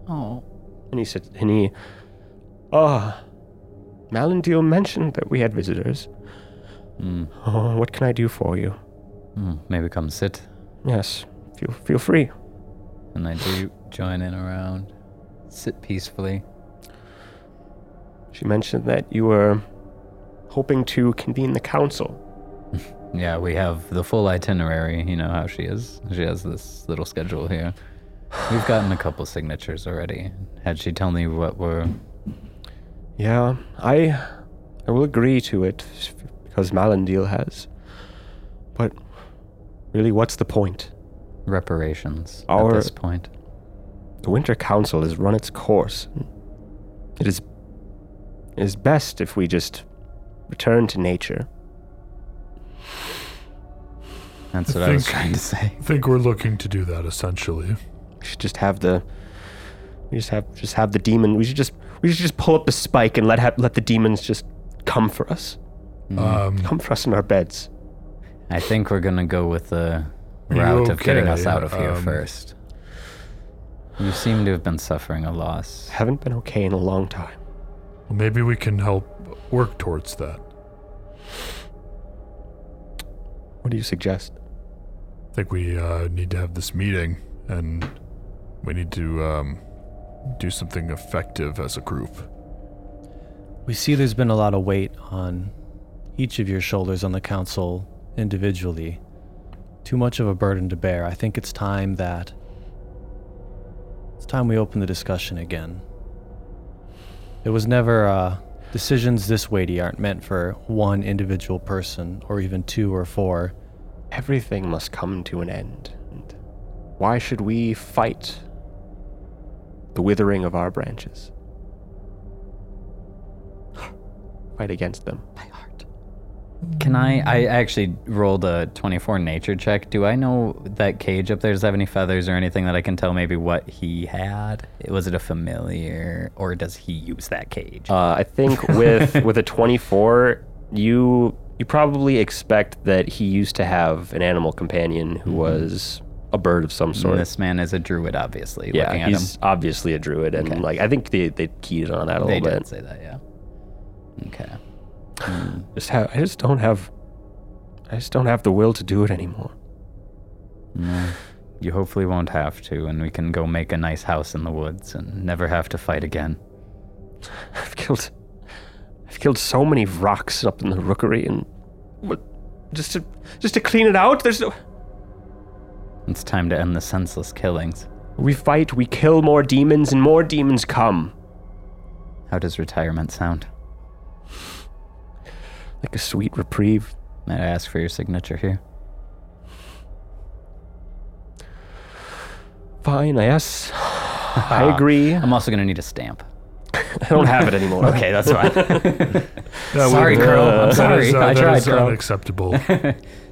Oh, And he said, and he, ah, oh, Malandil mentioned that we had visitors. Oh, what can I do for you? Hmm, Mm, maybe come sit, Yes, feel feel free. and I do join in around. Sit peacefully. She mentioned that you were hoping to convene the council. Yeah, we have the full itinerary. You know how she is. She has this little schedule here. We've gotten a couple signatures already. Had she tell me what we're Yeah, I I will agree to it because Malandil has. But really, what's the point? reparations Our- at this point? The Winter Council has run its course. It is, it is best if we just return to nature. That's I what I was think- trying to say. I think we're looking to do that essentially. We should just have the, we just have just have the demon. We should just we should just pull up the spike and let ha- let the demons just come for us, Um, come for us in our beds. Mm. I think we're gonna go with the You route of getting us okay? out of here Um, first. You seem to have been suffering a loss. Haven't been okay in a long time. maybe we can help work towards that. What do you suggest? I think we uh, need to have this meeting and we need to um, do something effective as a group. We see there's been a lot of weight on each of your shoulders on the council individually. Too much of a burden to bear. I think it's time that. It's time we open the discussion again. It was never. Uh, decisions this weighty aren't meant for one individual person, or even two or four. Everything must come to an end. And why should we fight the withering of our branches? Fight against them. Can I? I actually rolled a 24 nature check. Do I know that cage up there? Does it have any feathers or anything that I can tell maybe what he had? Was it a familiar or does he use that cage? Uh, I think with with a 24, you you probably expect that he used to have an animal companion who Mm-hmm. was a bird of some sort. this man is a druid, obviously. looking yeah, at him. he's obviously a druid, and Okay. like I think they they keyed in on that a They little did bit. say that, yeah. Okay. Just have, I just don't have I just don't have the will to do it anymore. You hopefully won't have to, and we can go make a nice house in the woods and never have to fight again. I've killed I've killed so many rocks up in the rookery and what just to just to clean it out. There's no It's time to end the senseless killings. We fight, we kill more demons and more demons come. How does retirement sound? Like a sweet reprieve. Might I ask for your signature here? Fine, yes. I agree. I Uh, I'm also going to need a stamp. don't have it anymore. Okay, that's fine. That sorry, would- Crow. that I'm is, sorry. uh, I that tried, is Crow. unacceptable.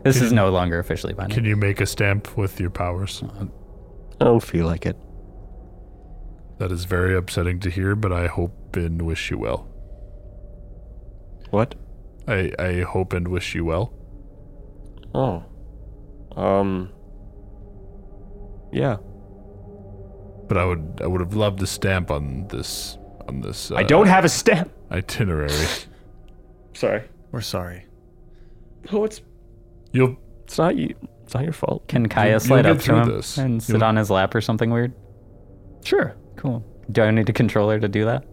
This is no longer officially Can binding. you make a stamp with your powers? I don't feel like it. That is very upsetting to hear, but I hope and wish you well. What? I, I hope and wish you well. Oh. Um Yeah. But I would I would have loved a stamp on this on this uh, I don't have a stamp. itinerary. Sorry. We're sorry. Oh, it's You'll it's not you. It's not your fault. Can you'll Kaya slide get up to through him this. and sit You'll- on his lap or something weird? Sure. Cool. Do I need to control her to do that?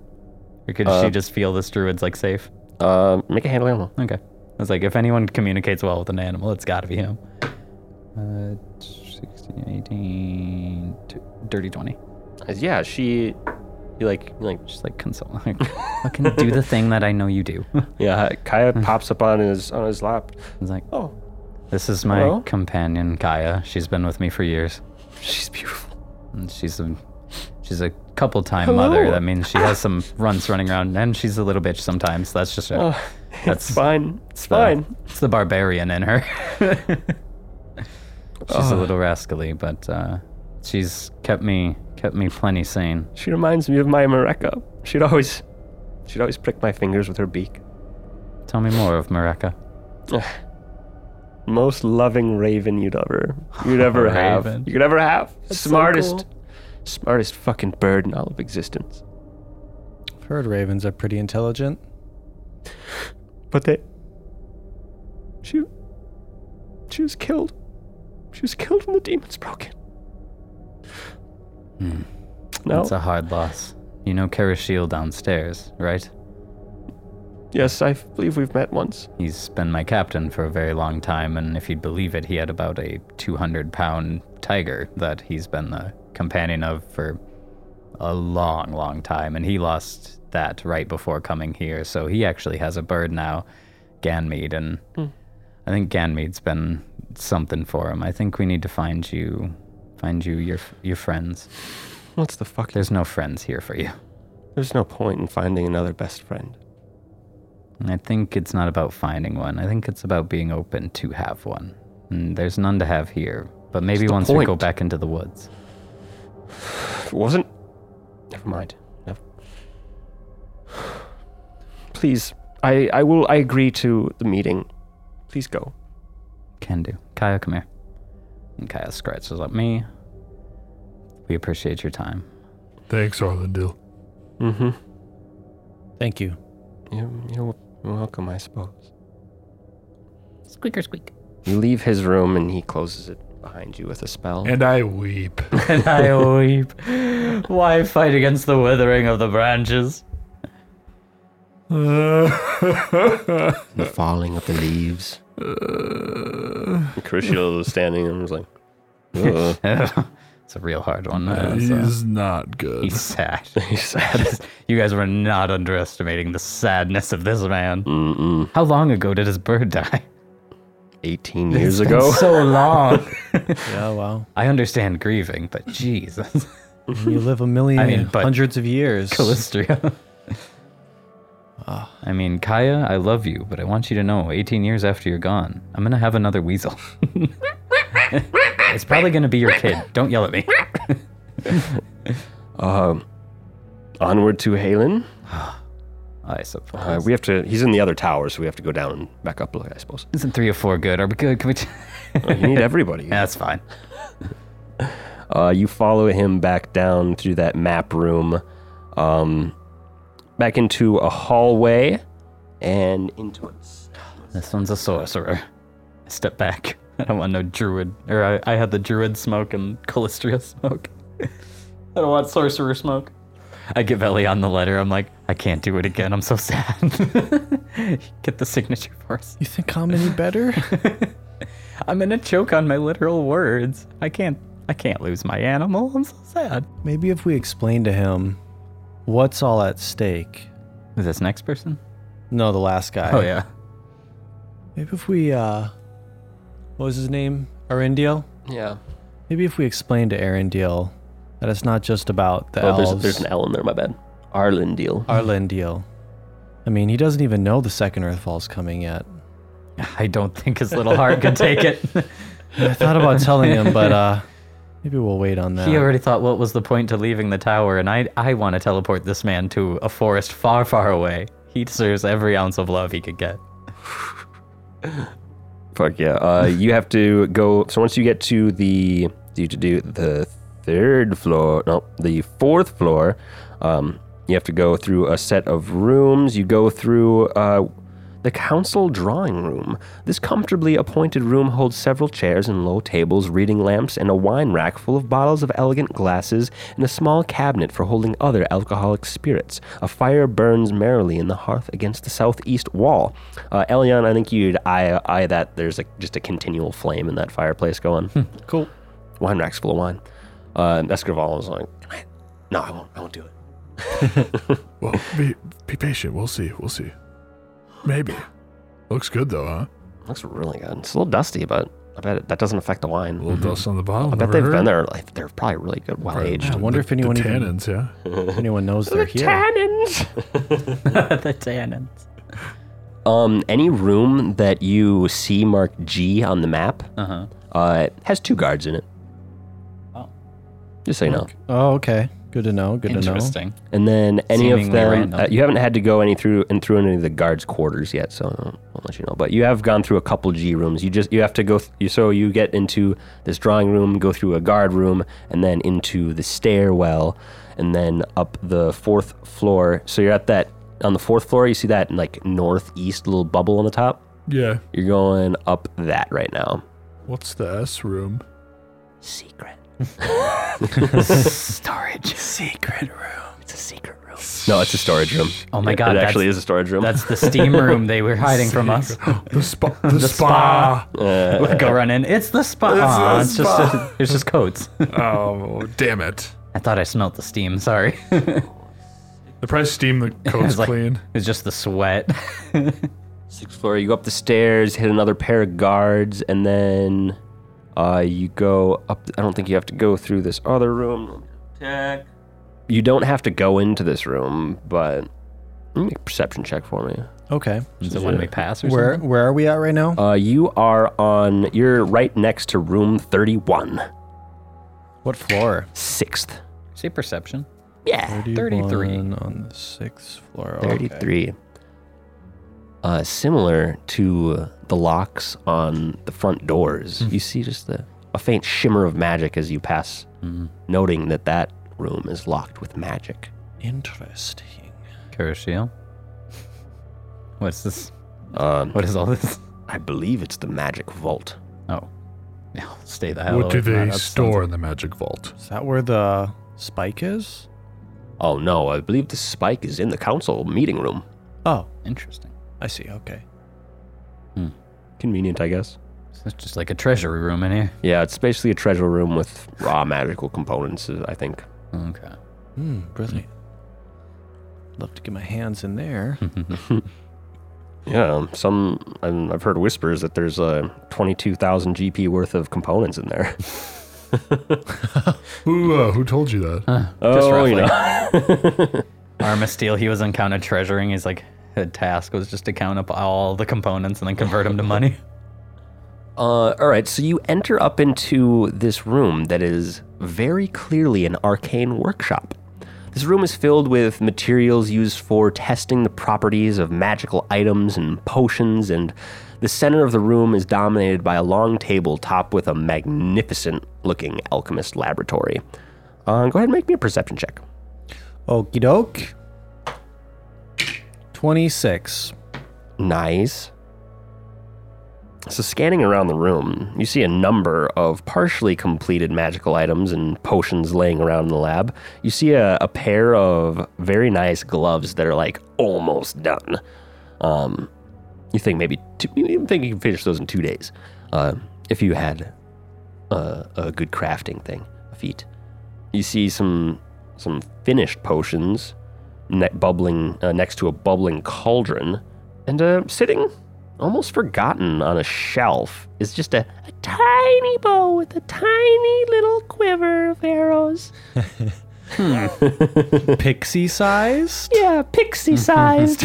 Or could Uh, she just feel this druid's like safe? Uh, make a handle animal. Okay. I was like, if anyone communicates well with an animal, it's got to be him. Uh, 16, 18, t- dirty 20. As- Yeah, she. You like, you like. Just like console. Like, fucking do the thing that I know you do. I Yeah, Kaya Mm. pops up on his on his lap. was like, Oh, this is my Hello? companion, Kaya. She's been with me for years. she's beautiful. And she's a she's a couple time mother. Hello. That means she has some runts running around, and she's a little bitch sometimes. That's just her. That's That's it's Oh. fine. It's the- fine. It's the barbarian in her. she's a little rascally, but uh, she's kept me kept me plenty sane. She reminds me of my Mareka. She'd always, she'd always prick my fingers with her beak. Tell me more of Mareka. Most loving raven you'd ever, you'd ever have. Raven. You could ever have. so smartest, cool. smartest fucking bird in all of existence. I've heard ravens are pretty intelligent. But they. She. She was killed. She was killed when the demons broke in. Hmm. No. It's a hard loss. You know Karashiel downstairs, right? Yes, I f- believe we've met once. He's been my captain for a very long time, and if you'd believe it, he had about a 200 pound tiger that he's been the companion of for a long, long time, and he lost that right before coming here, so he actually has a bird now, Ganmede, and I think Ganmede's been something for him. I think we need to find you, find you your your friends. What's the fuck? There's no friends here for you. There's no point in finding another best friend. And I think it's not about finding one. I think it's about being open to have one. And there's none to have here. But maybe That's the once we go point. back into the woods. If it wasn't. Never mind. Never. Please, I, I will. I agree to the meeting. Please go. Can do. Kaya, come here. And Kaya scratches up me. We appreciate your time. Thanks, Arlandil. Mm-hmm. Thank you. You're, you're welcome, I suppose. Squeaker squeak. You leave his room and he closes it behind you with a spell. And I weep. and I weep. Why fight against the withering of the branches? the falling of the leaves. And Crucial is standing and was like, "Uh." "Ugh." it's a real hard one. Uh, so- He's not good. He's sad. He's sad. You guys were not underestimating the sadness of this man. Mm. Mm-mm. How long ago did his bird die? 18 years It's been ago. so long. Yeah, wow. I understand grieving, but Jesus. You live a million, I mean, but- hundreds of years. Callistria. Ah. I mean, Kaya, I love you, but I want you to know 18 years after you're gone, I'm going to have another weasel. it's probably going to be your kid. Don't yell at me. Um, onward to Halen. I suppose. Uh, we have to. He's in the other tower, so we have to go down and back up. I suppose Isn't three or four good? Are we good? Can we? T- Uh, you need everybody. That's fine. Uh, you follow him back down through that map room, um, back into a hallway, and into a This one's a sorcerer. I step back. I don't want no druid. Or I, I had the druid smoke and Callistria smoke. I don't want sorcerer smoke. I give Elion the letter. I'm like, I can't do it again. I'm so sad. Get the signature for us. You think I'm any better? I'm gonna choke on my literal words. I can't. I can't lose my animal. I'm so sad. Maybe if we explain to him what's all at stake. Is this next person? No, the last guy. Oh yeah. Maybe if we, uh, what was his name? Arindiel? yeah. Maybe if we explain to Arindiel that it's not just about the Oh, there's, elves. there's an L in there. My bad. Arlen deal. Arlendiel. I mean, he doesn't even know the second Earthfall's coming yet. I don't think his little heart could take it. I thought about telling him, but uh, maybe we'll wait on that. He already thought what was the point to leaving the tower, and I I want to teleport this man to a forest far, far away. He deserves every ounce of love he could get. Fuck yeah. Uh, you have to go. So once you get to the, you have to do the third floor. No, the fourth floor. Um, you have to go through a set of rooms. You go through uh, the council drawing room. This comfortably appointed room holds several chairs and low tables, reading lamps, and a wine rack full of bottles of elegant glasses, and a small cabinet for holding other alcoholic spirits. A fire burns merrily in the hearth against the southeast wall. Uh, Elion, I think you'd eye, eye that. There's a, just a continual flame in that fireplace going. cool. Wine rack's full of wine. Uh, and Escrival is like, Can I? no, I won't. I won't do it. well, be, be patient. We'll see. We'll see. Maybe. Looks good though, huh? Looks really good. It's a little dusty, but I bet it, that doesn't affect the wine. A little dust on the bottle. I bet they've been there. Like, they're probably really good, well aged. I wonder if anyone the even- tannins, yeah. If anyone knows they're here. Tannins. the tannins. Um, any room that you see marked G on the map Uh huh. uh, has two guards in it. Oh. Just so you know. Oh, okay. Good to know. Good to Interesting. And then any of Seemingly them, random. uh, you haven't had to go any through and through any of the guards' quarters yet, so I'll, I'll let you know. But you have gone through a couple G rooms. You just you have to go. Th- you, so you get into this drawing room, go through a guard room, and then into the stairwell, and then up the fourth floor. So you're at that on the fourth floor. You see that like northeast little bubble on the top. Yeah. You're going up that right now. What's the S room? Secret. Storage. Secret room. It's a secret room. No, it's a storage room. Oh my It- God, It that's- actually is a storage room. That's the steam room they were hiding from us. The spa. The, spa. spa. We'll go run in. It's the spa. Aw, the It's, just it's just coats. Oh, damn it! I thought I smelt the steam. Sorry. it The price steam. The coat's was like clean. it was just the sweat. Sixth floor, you go up the stairs, hit another pair of guards, and then uh, you go up. I don't think you have to go through this other room. check. You don't have to go into this room, but make a perception check for me. Okay. Is it when we pass or Where something? where are we at right now? Uh, you are on. You're right next to room thirty-one, what floor? sixth. Say perception. Yeah, 33. on the sixth floor. thirty-three. Uh, similar to the locks on the front doors, you see just the, a faint shimmer of magic as you pass, noting that that room is locked with magic. Interesting. Kuroshiel? What's this? Um, What is all this? I believe it's the magic vault. Oh. Yeah, I'll stay the hell What away do from oh, that. they That sounds- store in the magic vault? Is that where the spike is? Oh no, I believe the spike is in the council meeting room. Oh, Interesting. I see. Okay. Convenient, I guess. So it's just like a treasury room in here. Yeah, it's basically a treasure room with raw magical components, uh, I think. Okay. Hmm. Brilliant. Love to get my hands in there. Yeah, some and I've heard whispers that there's uh, 22,000 GP worth of components in there. Who uh, who told you that? Just oh, roughly. you know. Armasteel, he was on counter treasuring. He's like, his task was just to count up all the components and then convert them to money. Uh, all right, so you enter up into this room that is very clearly an arcane workshop. This room is filled with materials used for testing the properties of magical items and potions, and the center of the room is dominated by a long table topped with a magnificent looking alchemist laboratory. Uh, go ahead and make me a perception check. Okie doke. Twenty six. Nice. So, scanning around the room, you see a number of partially completed magical items and potions laying around in the lab. You see a, a pair of very nice gloves that are like almost done. Um, you think maybe two, you think you can finish those in two days uh, if you had a, a good crafting thing, a feat. You see some some finished potions ne- bubbling uh, next to a bubbling cauldron, and uh, sitting almost forgotten on a shelf is just a, a tiny bow with a tiny little quiver of arrows. Pixie sized. Yeah, pixie sized.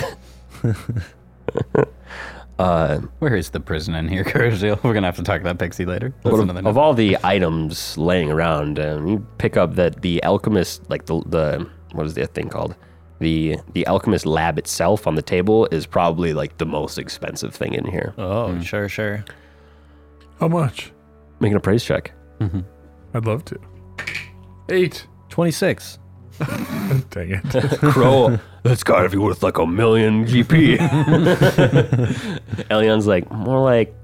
Where is the prison in here, Kuroshiel? We're going to have to talk about Pixie later. That's But another of, note. of all the items laying around, um, you pick up that the alchemist, like the the what is the thing called? The the alchemist lab itself on the table is probably like the most expensive thing in here. Oh, sure, sure. How much? Making a price check. I'd love to. Eight. Twenty six. Dang it. Crow, that's gotta be worth like a million GP. Elion's like more like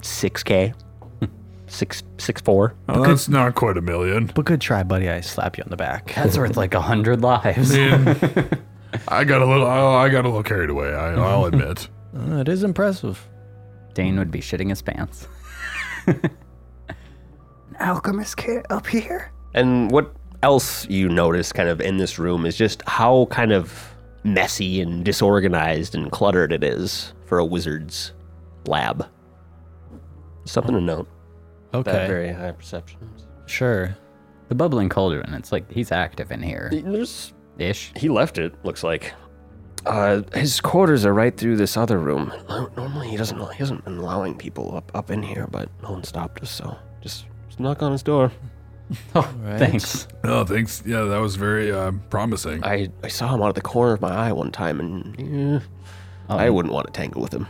six K. Six six four. Oh, that's not quite a million. But good try, buddy. I slap you on the back. That's worth like a hundred lives. Man, I got a little. Oh, I got a little carried away. I, I'll admit. Uh, it is impressive. Dane would be shitting his pants. Alchemist kit up here? And what else you notice kind of in this room is just how kind of messy and disorganized and cluttered it is for a wizard's lab. Something to note. That Okay. very high perceptions. Sure. The bubbling cauldron. It's like he's active in here. There's Ish. He left it, looks like. Uh, his quarters are right through this other room. No- Normally, he doesn't. He hasn't been allowing people up up in here, but no one stopped us, so just, just knock on his door. Oh, right. thanks. No, thanks. Yeah, that was very uh, promising. I I saw him out of the corner of my eye one time, and eh, I wouldn't want to tangle with him.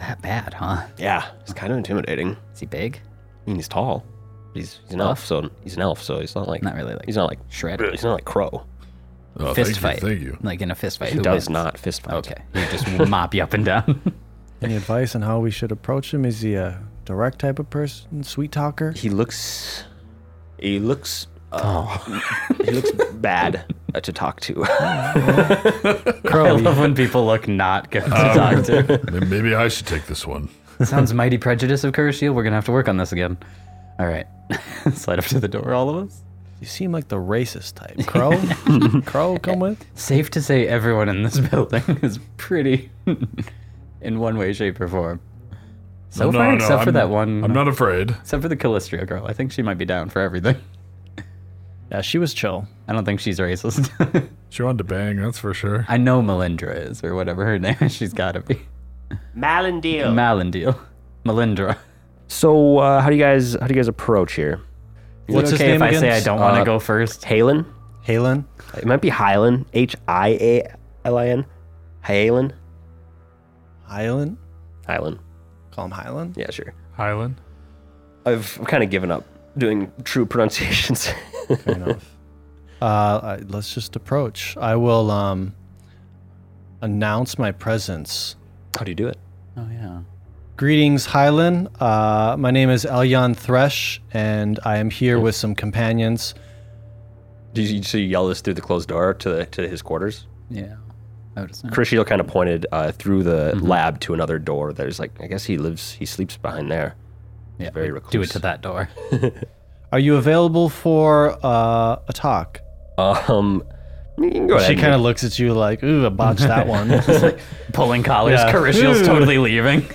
That bad, huh? Yeah, it's kind of intimidating. Is he big? I mean, he's tall. He's, he's an elf, so he's an elf, so he's not like Not really like he's not like shredded. he's not like crow. Oh, fist thank fight. You, thank you. Like in a fist fight. He who does wins? not fist fight. Okay. He just mop you up and down. Any advice on how we should approach him? Is he a direct type of person, sweet talker? He looks. He looks. oh. he looks bad uh, to talk to. I love when people look not good to Um, talk to. Then Maybe I should take this one. Sounds mighty prejudiced of Kuroshiel. We're gonna have to work on this again. All right. Slide up to the door, all of us. You seem like the racist type. Crow? Crow, come with? Safe to say, everyone in this building is pretty, in one way, shape, or form. So No, far, no, except for I'm- that one. I'm not afraid. Except for the Callistria girl. I think she might be down for everything. Yeah, she was chill. I don't think she's racist. She wanted to bang, that's for sure. I know Melindra is, or whatever her name is. She's gotta be. Malandil. Malindeal. Melindra. So uh, how do you guys how do you guys approach here? Is What's it his okay if name I say I again? don't want Uh, to go first? Halen? Halen? It might be Hylan. H I A L I N. Halen. Hylan? Hylan. Call him Hylan? Yeah, sure. Highland? I've kind of given up doing true pronunciations. Fair enough. Uh, I- let's just approach. I will um, announce my presence. how do you do it? Oh, yeah. Greetings, Hylan. Uh, my name is Elyon Thresh, and I am here with some companions. Do you, so you yell this through the closed door to to his quarters? Yeah. I would assume. Crishiel kind of pointed uh, through the lab to another door that is like, I guess he lives, he sleeps behind there. Yeah, very Do recluse. it to that door. Are you available for uh, a talk? Um, you can go ahead She and- kind of looks at you like, ooh, I botched that one. Pulling collars. Yeah. Carishiel's Ooh. totally leaving.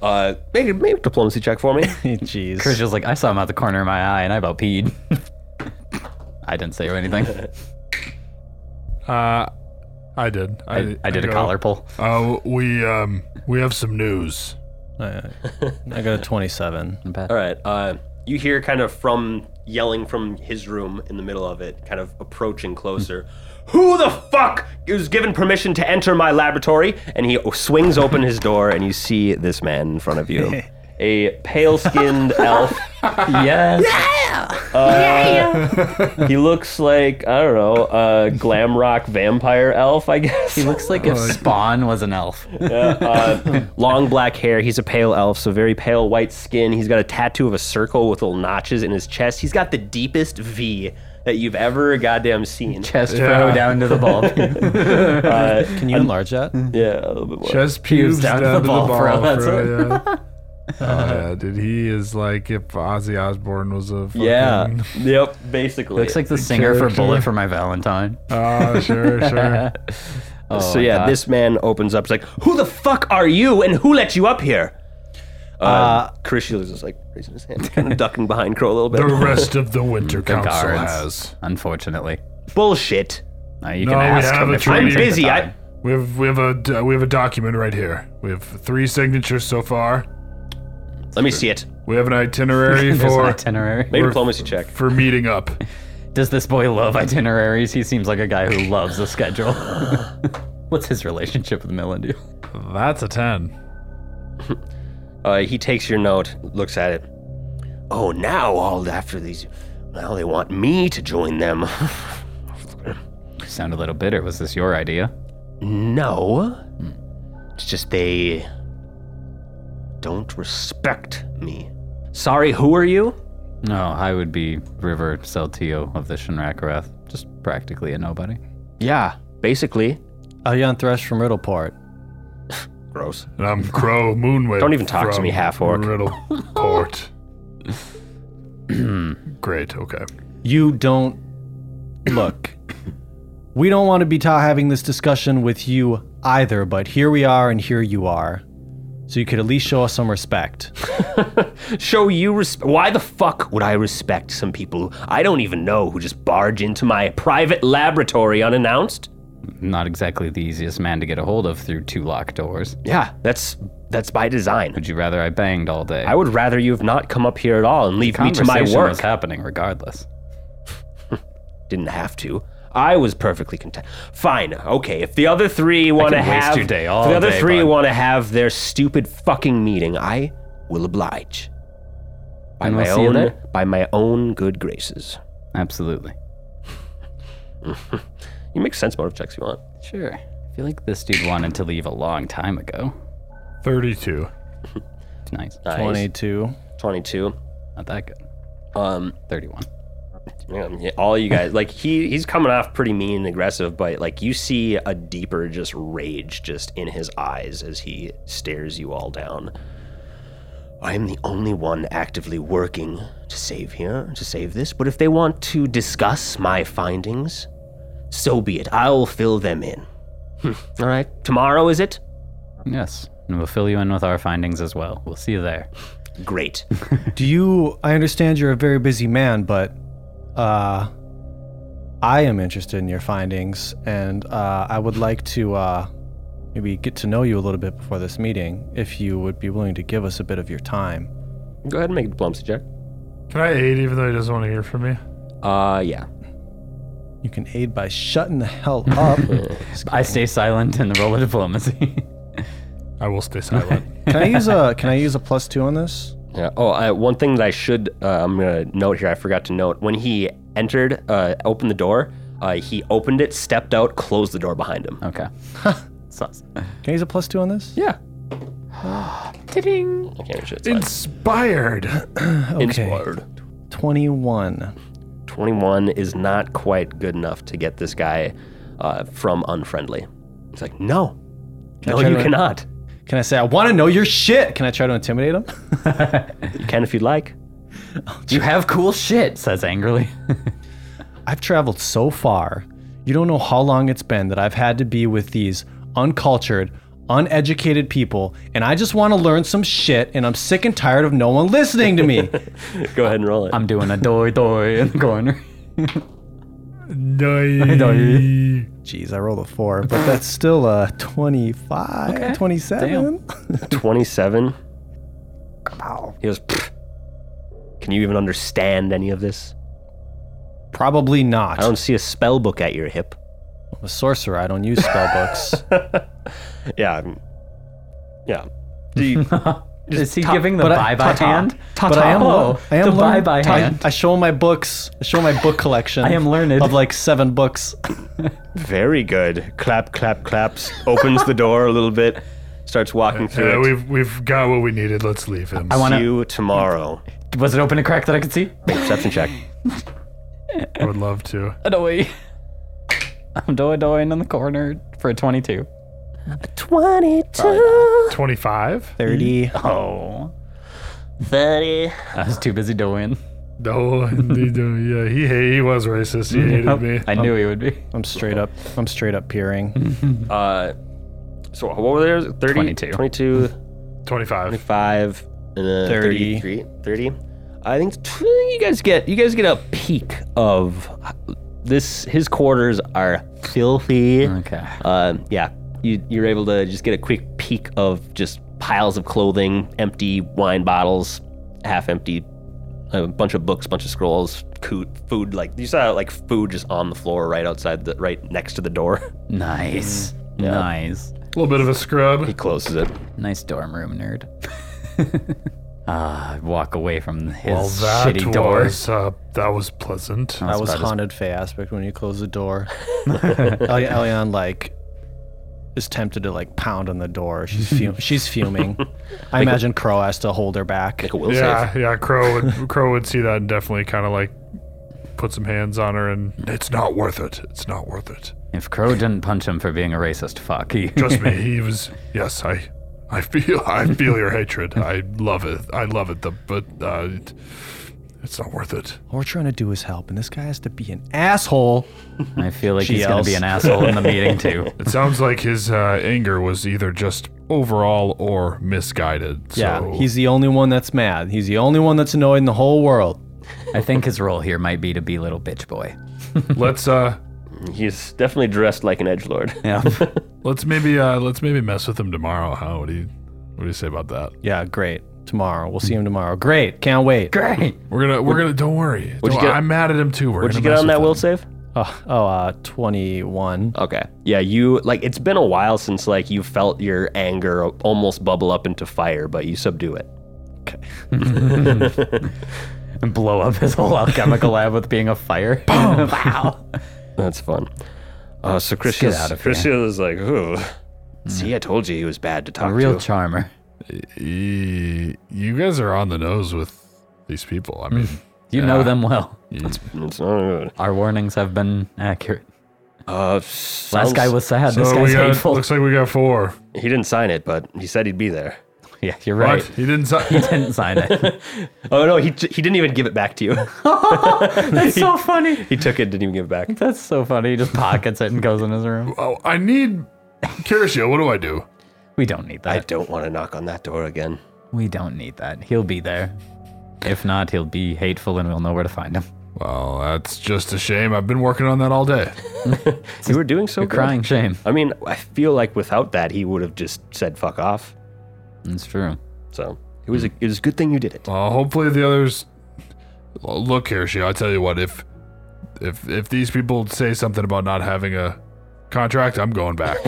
uh, make, a- make a diplomacy check for me. Jeez. Carishiel's like, I saw him out the corner of my eye and I about peed. I didn't say anything. Uh, I did. I, I, I did a go, collar pull. Uh, we, um, we have some news. I, I got a 27. I bet. All right. Uh, you hear kind of from yelling from his room in the middle of it, kind of approaching closer. Who the fuck is given permission to enter my laboratory? And he swings open his door, and you see this man in front of you. A pale skinned elf. Uh, Yes. He looks like, I don't know, a glam rock vampire elf, I guess. He looks like if Spawn was an elf. Uh, long black hair. He's a pale elf, so very pale white skin. He's got a tattoo of a circle with little notches in his chest. He's got the deepest V that you've ever goddamn seen. Uh, Chest fro down to the ball. Can you enlarge that? Yeah, a little bit more. Chest pubes down down, to the to the ball, ball, bro, that's bro, yeah. Oh, yeah, dude. He is like if Ozzy Osbourne was a fucking... Yeah. yep. Basically. looks like the singer for Character. Bullet for My Valentine. Oh, sure, sure. Oh, so yeah, God. this man opens up. It's like, who the fuck are you, and who let you up here? Uh, uh is just like raising his hand, kind of ducking behind Crow a little the bit. rest of the Winter Council guards. has. Unfortunately. Bullshit. Now you No, can we ask have him a if you wanna I'm training. take the busy. I time. We have we have a d- we have a document right here. We have three signatures so far. let me see it. We have an itinerary There's an for itinerary. Make a We're- diplomacy check. for meeting up. Does this boy love itineraries? He seems like a guy who loves a schedule. What's his relationship with Millennial? That's a ten. Uh, he takes your note, looks at it. Oh, now all after these, now they want me to join them. You sound a little bitter. Was this your idea? no, it's just they don't respect me. Sorry, who are you? No, I would be River Celtio of the Shinrakarath. Just practically a nobody. Yeah, basically. Elyon Thresh from Riddleport. Gross. And I'm Crow Moonwave. Don't even talk to from me, half-orc. Riddleport. Great. Okay. You don't look. we don't want to be ta- having this discussion with you either, but here we are and here you are. So you could at least show us some respect. Show you respect. Why the fuck would I respect some people I don't even know who just barge into my private laboratory unannounced? Not exactly the easiest man to get a hold of through two locked doors. Yeah, that's that's by design. Would you rather I banged all day? I would rather you have not come up here at all and leave me to my Conversation work. was happening regardless. didn't have to. I was perfectly content. Fine, okay. If the other three want to could waste have your day if all the other day, three bud. want to have their stupid fucking meeting, I will oblige by And my we'll see you own there. by my own good graces. Absolutely. You make sense motive checks if you want. Sure. I feel like this dude wanted to leave a long time ago. Thirty-two. It's nice. Nice. 22. 22. Not that good. Um, 31. Man, yeah, all you guys like he he's coming off pretty mean and aggressive but like you see a deeper just rage just in his eyes as he stares you all down i am the only one actively working to save here to save this but if they want to discuss my findings so be it i'll fill them in Hmm, all right tomorrow is it Yes. And we'll fill you in with our findings as well. We'll see you there. great Do you I understand you're a very busy man, but uh, I am interested in your findings, and uh, I would like to uh, maybe get to know you a little bit before this meeting. If you would be willing to give us a bit of your time, Go ahead and make a diplomacy check. Can I aid even though he doesn't want to hear from me? Uh, yeah. you can aid by shutting the hell up. I stay silent and roll a diplomacy. I will stay silent. can I use a Can I use a plus two on this? Yeah. Oh, I, one thing that I should uh, I'm gonna note here. I forgot to note when he entered, uh, opened the door. Uh, he opened it, stepped out, closed the door behind him. okay. Sus. Can I use a plus two on this? Yeah. Ding. Okay, shit, it's fine. Inspired. Inspired. Twenty-one. 21 is not quite good enough to get this guy uh, from unfriendly. It's like, no. No, try you to- cannot. Can I say I want to know your shit? Can I try to intimidate him? You can if you'd like. You have cool shit, says angrily. I've traveled so far. You don't know how long it's been that I've had to be with these uncultured, uneducated people, and I just want to learn some shit, and I'm sick and tired of no one listening to me. Go ahead and roll it. I'm doing a doy doy in the corner. Nice. Jeez, I rolled a four, but that's still uh, a 25, 27. 27. He goes, "Pfft. can you even understand any of this? Probably not. I don't see a spell book at your hip. I'm a sorcerer, I don't use spell books. Yeah. I'm- Yeah. Do you- Is he giving the but I- bye bye hand? But I am, Oh, I am the bye learning- bye I- hand. I show my books. I show my book collection. I am learned. Of like seven books. Very good. Clap, clap, claps. Opens the door a little bit. Starts walking through Yeah, it. Uh, we've we've got what we needed. Let's leave him. I See want you tomorrow. to. Was it open a crack that I could see? Perception check. I would love to. A doy. I'm doy doying in the corner for a 22. 22. Twenty-five. 30. Oh. 30. I was too busy doing. No, he- yeah, he he was racist. He hated me. I knew he would be. I'm straight up. I'm straight up peering. Uh, so what were there? 30, 22. 22, Twenty-five. 25, and then 30. 33, 30. I think t- you guys get you guys get a peek of this. His quarters are filthy. Okay. Uh, yeah, you you're able to just get a quick peek of just piles of clothing, empty wine bottles, half empty, a bunch of books, bunch of scrolls, coo- food. Like you saw like food just on the floor right outside the right next to the door. Nice. Nice. A little bit of a scrub. He closes it. Nice dorm room, nerd. Ah, walk away from his Well, that shitty door. Uh, was uh, that was pleasant. That was about as- haunted Fey aspect when you close the door. Eli- Elion like is tempted to like pound on the door. She's fum- she's fuming. I imagine Crow has to hold her back. Make a will save. yeah, yeah. Crow would Crow would see that and definitely kind of like put some hands on her and it's not worth it. It's not worth it. If Crow didn't punch him for being a racist, fuck. He, Trust me, he was. Yes, I, I feel, I feel your hatred. I love it. I love it. The, but uh, it, it's not worth it. All we're trying to do is help, and this guy has to be an asshole. I feel like She he's going to be yells. an asshole in the meeting, too. It sounds like his uh, anger was either just overall or misguided. So Yeah, he's the only one that's mad. He's the only one that's annoyed in the whole world. I think his role here might be to be little bitch boy. let's uh, He's definitely dressed like an edge lord. Yeah. let's maybe uh, let's maybe mess with him tomorrow. How what do you, what do you say about that? Yeah, great. Tomorrow we'll see him tomorrow. Great, can't wait. Great. We're gonna, we're gonna. Don't worry. you Don't- get- I'm mad at him too. We're Would gonna you get mess on with that him. will save? Oh, oh uh, 21. Okay. Yeah, you like it's been a while since like you felt your anger almost bubble up into fire, but you subdue it. And blow up his whole alchemical lab with being a fire. wow. That's fun. Uh, so Chris get out of here. is like, ooh. See, I told you he was bad to talk A real to. charmer. E- You guys are on the nose with these people. I mean, You know them well. it's not good. Our warnings have been accurate. Uh, Last sounds- guy was sad. this so we guy's got, hateful. looks like we got four. He didn't sign it, but he said he'd be there. Yeah, you're right. What? He didn't. Sign- He didn't sign it. Oh no, he t- he didn't even give it back to you. That's so funny. he took it, didn't even give it back. That's so funny. He just pockets it and goes in his room. Oh, I need Kirishio. What do I do? We don't need I that. don't want to knock on that door again. We don't need that. He'll be there. If not, he'll be hateful and we'll know where to find him. Well, that's just a shame. I've been working on that all day. You were doing so You're good. crying shame. I mean, I feel like without that, he would have just said "fuck off." It's true. So it was a, it was a good thing you did it. Well, hopefully the others. Well, Look here, Shio. I tell you what. If if if these people say something about not having a contract, I'm going back.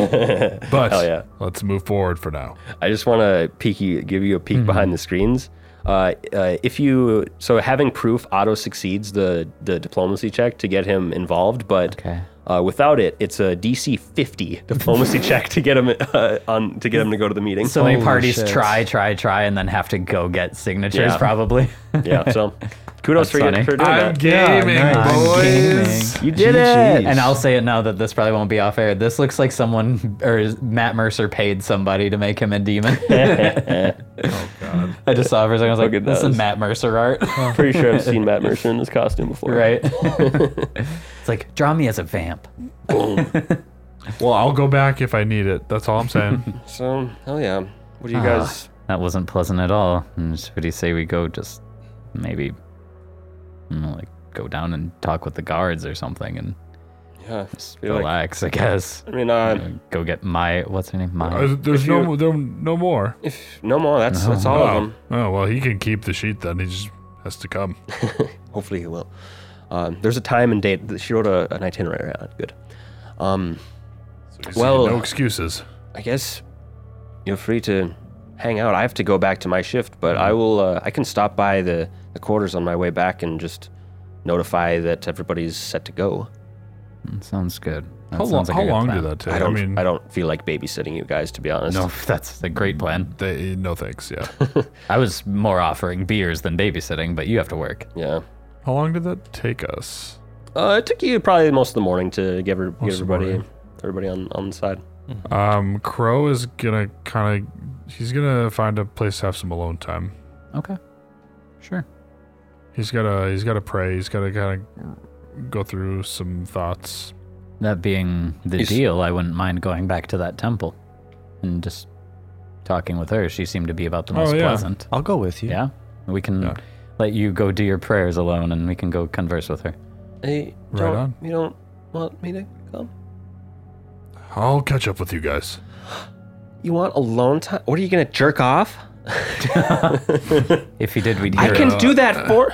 but Hell yeah. let's move forward for now. I just want to peek you, give you a peek Mm-hmm. behind the screens. Uh, uh, if you so having proof auto succeeds the the diplomacy check to get him involved, but Okay. uh, without it, it's a DC 50 diplomacy check to get him uh, on to get him to go to the meeting. So many Holy parties shit. try, try, try, and then have to go get signatures, Yeah. probably. yeah, so kudos That's for you funny. for doing I'm that. gaming, nice. boys. You did it. And I'll say it now that this probably won't be off air. This looks like someone or is- Matt Mercer paid somebody to make him a demon. Oh god. I just saw it for a second. I was Look like, at this those. is Matt Mercer art, Pretty sure I've seen Matt Mercer in this costume before. right? it's like draw me as a vamp. Well, I'll go back if I need it. That's all I'm saying. So hell yeah. What do Ah. you guys? That wasn't pleasant at all. And should he say we go just maybe you know, like go down and talk with the guards or something and yeah. just be like- relax, I guess. I mean, uh, Go get my what's her name? Uh, My there's If no you- there, no more. if no more. That's that's all of Oh. them. oh well, he can keep the sheet then. He just has to come. Hopefully he will. Um, there's a time and date. that She wrote a, an itinerary on it. Good. Um, Well- no excuses. I guess you're free to hang out. I have to go back to my shift, but I will. Uh, I can stop by the, the quarters on my way back and just notify that everybody's set to go. sounds good. That How, lo- sounds like a how good long plan. did that take? I don't. I, mean, don't feel like babysitting you guys, to be honest. No, that's a great plan. they, no thanks. Yeah. I was more offering beers than babysitting, but you have to work. Yeah. how long did that take us? Uh, it took you probably most of the morning to give, her, get Most of the everybody morning. everybody on on the side. Um, Crow is gonna kind of, he's gonna find a place to have some alone time. Okay. Sure. He's gotta, he's gotta pray. He's gotta kind of go through some thoughts. That being the Is- deal, I wouldn't mind going back to that temple and just talking with her. She seemed to be about the Oh, most yeah. pleasant. I'll go with you. Yeah. We can Yeah. let you go do your prayers alone and we can go converse with her. Hey, Right don't- on. You don't want me to come? I'll catch up with you guys. You want alone time? What are you gonna jerk off? If you did, we'd I hear can it. do that for.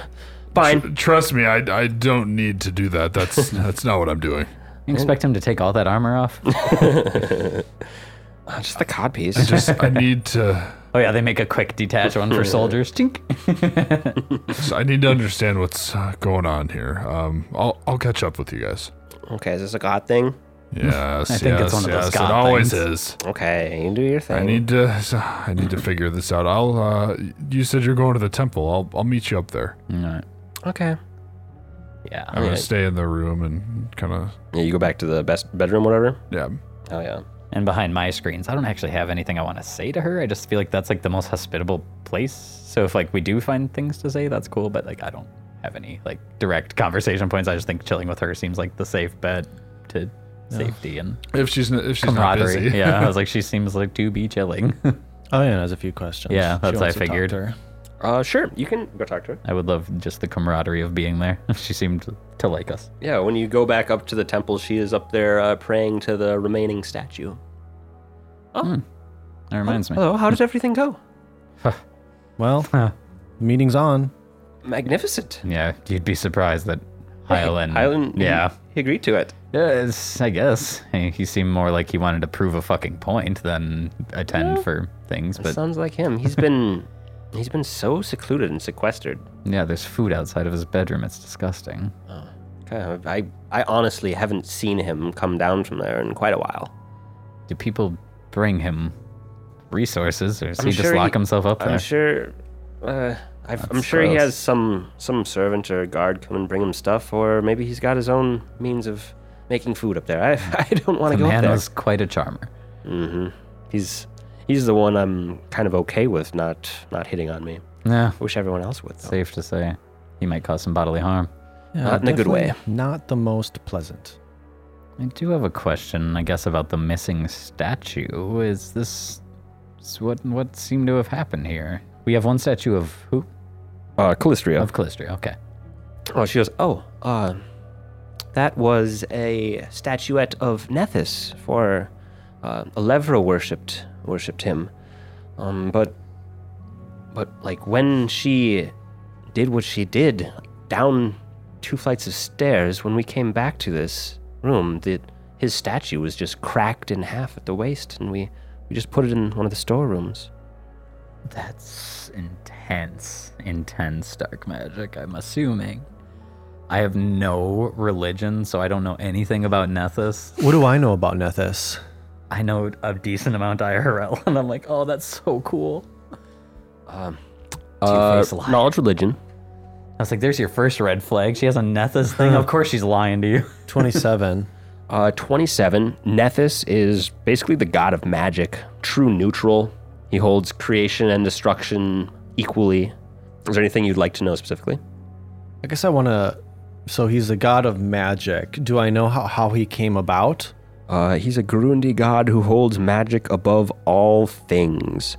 Fine. Trust me, I, I don't need to do that. That's that's not what I'm doing. You expect him to take all that armor off? Uh, just the cod piece. I just I need to oh, yeah, they make a quick detach one for soldiers. Tink. I need to understand what's uh, going on here. Um, I'll I'll catch up with you guys. Okay, is this a god thing? Yes, I think yes, it's one of those yes, God it always things. is. Okay, you do your thing. I need to I need to figure this out. I'll uh, you said you're going to the temple. I'll I'll meet you up there. Alright. Okay. Yeah. I'm gonna Alright. stay in the room and kind of Yeah, you go back to the best bedroom, whatever. yeah. Oh yeah. and behind my screens i don't actually have anything i want to say to her i just feel like that's like the most hospitable place so if like we do find things to say that's cool but like i don't have any like direct conversation points i just think chilling with her seems like the safe bet to safety and If she's n- if she's not camaraderie busy, yeah i was like she seems like to be chilling Oh, yeah, has a few questions. Yeah, She that's what wants I to talk figured. to her. Uh, sure. You can go talk to her. i would love just the camaraderie of being there she seemed to like us Yeah, when you go back up to the temple, she is up there uh, praying to the remaining statue. that reminds me Hello. How did everything go? Well, meeting's on. Magnificent. yeah you'd be surprised that Hyland, Highland. yeah He agreed to it. Yes, I guess. He, he seemed more like he wanted to prove a fucking point than attend for things. That But sounds like him. He's been. He's been so secluded and sequestered. yeah, there's food outside of his bedroom. It's disgusting. Okay, I, I honestly haven't seen him come down from there in quite a while. Do people bring him resources, or does I'm he sure just lock he- himself up there? I'm sure. Uh, I've, I'm sure he gross. has some some servant or guard come and bring him stuff, or maybe he's got his own means of making food up there. I, I don't want the to go up man there. was quite a charmer. He's he's the one I'm kind of okay with not not hitting on me. Yeah, I wish everyone else would. Though. safe to say, he might cause some bodily harm. Yeah, Not in a good way. definitely Not the most pleasant. I do have a question, I guess, about the missing statue. Is this is what what seemed to have happened here? We have one statue of who? Uh, Callistria. Of Callistria. Okay. story. Oh, she goes, oh, uh, that was a statuette of Nethys for uh, Alevra worshipped worshipped him, um, but but like when she did what she did down two flights of stairs, when we came back to this room, the, his statue was just cracked in half at the waist, and we we just put it in one of the storerooms. That's intense, intense dark magic, I'm assuming. I have no religion, so I don't know anything about Nethys. What do I know about Nethys? I know a decent amount IRL, and I'm like, oh, that's so cool. Uh, Two-faced lie. knowledge religion. I was like, there's your first red flag. She has a Nethys thing. of course she's lying to you. 27. Uh, 27. Nethys is basically the god of magic, true neutral. He holds creation and destruction equally. Is there anything you'd like to know specifically? I guess I want to. So he's the god of magic. Do I know how, how he came about? Uh, he's a Gurundi god who holds magic above all things.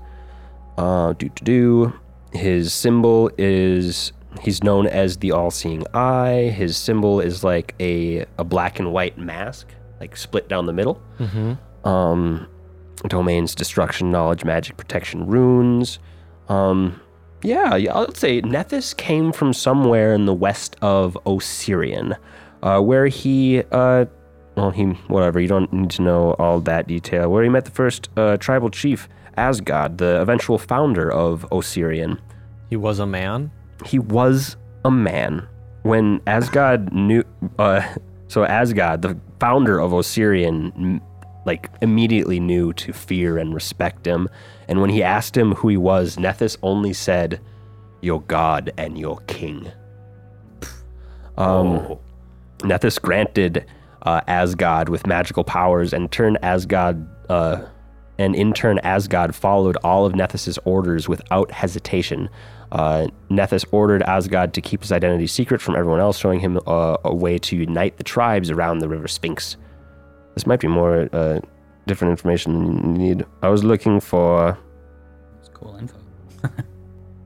Uh, do to do. His symbol is he's known as the all-seeing eye. His symbol is like a a black and white mask, like split down the middle. Um, domains, destruction, knowledge, magic, protection, runes. Um, yeah, yeah, I'd say Nethys came from somewhere in the west of Osirian, uh, where he, uh, well, he, whatever, you don't need to know all that detail, where he met the first uh, tribal chief, Asgod, the eventual founder of Osirian. He was a man. He was a man. When Asgod knew, uh, so Asgod, the founder of Osirian, m- like immediately knew to fear and respect him. And when he asked him who he was, Nethys only said, "Your god and your king." Um, Nethys granted uh, Asgod with magical powers and turned Asgod, uh, and in turn, Asgod followed all of Nethys's orders without hesitation. Uh, Nethys ordered Asgod to keep his identity secret from everyone else, showing him uh, a way to unite the tribes around the River Sphinx. This might be more uh, different information you need. I was looking for. It's cool info.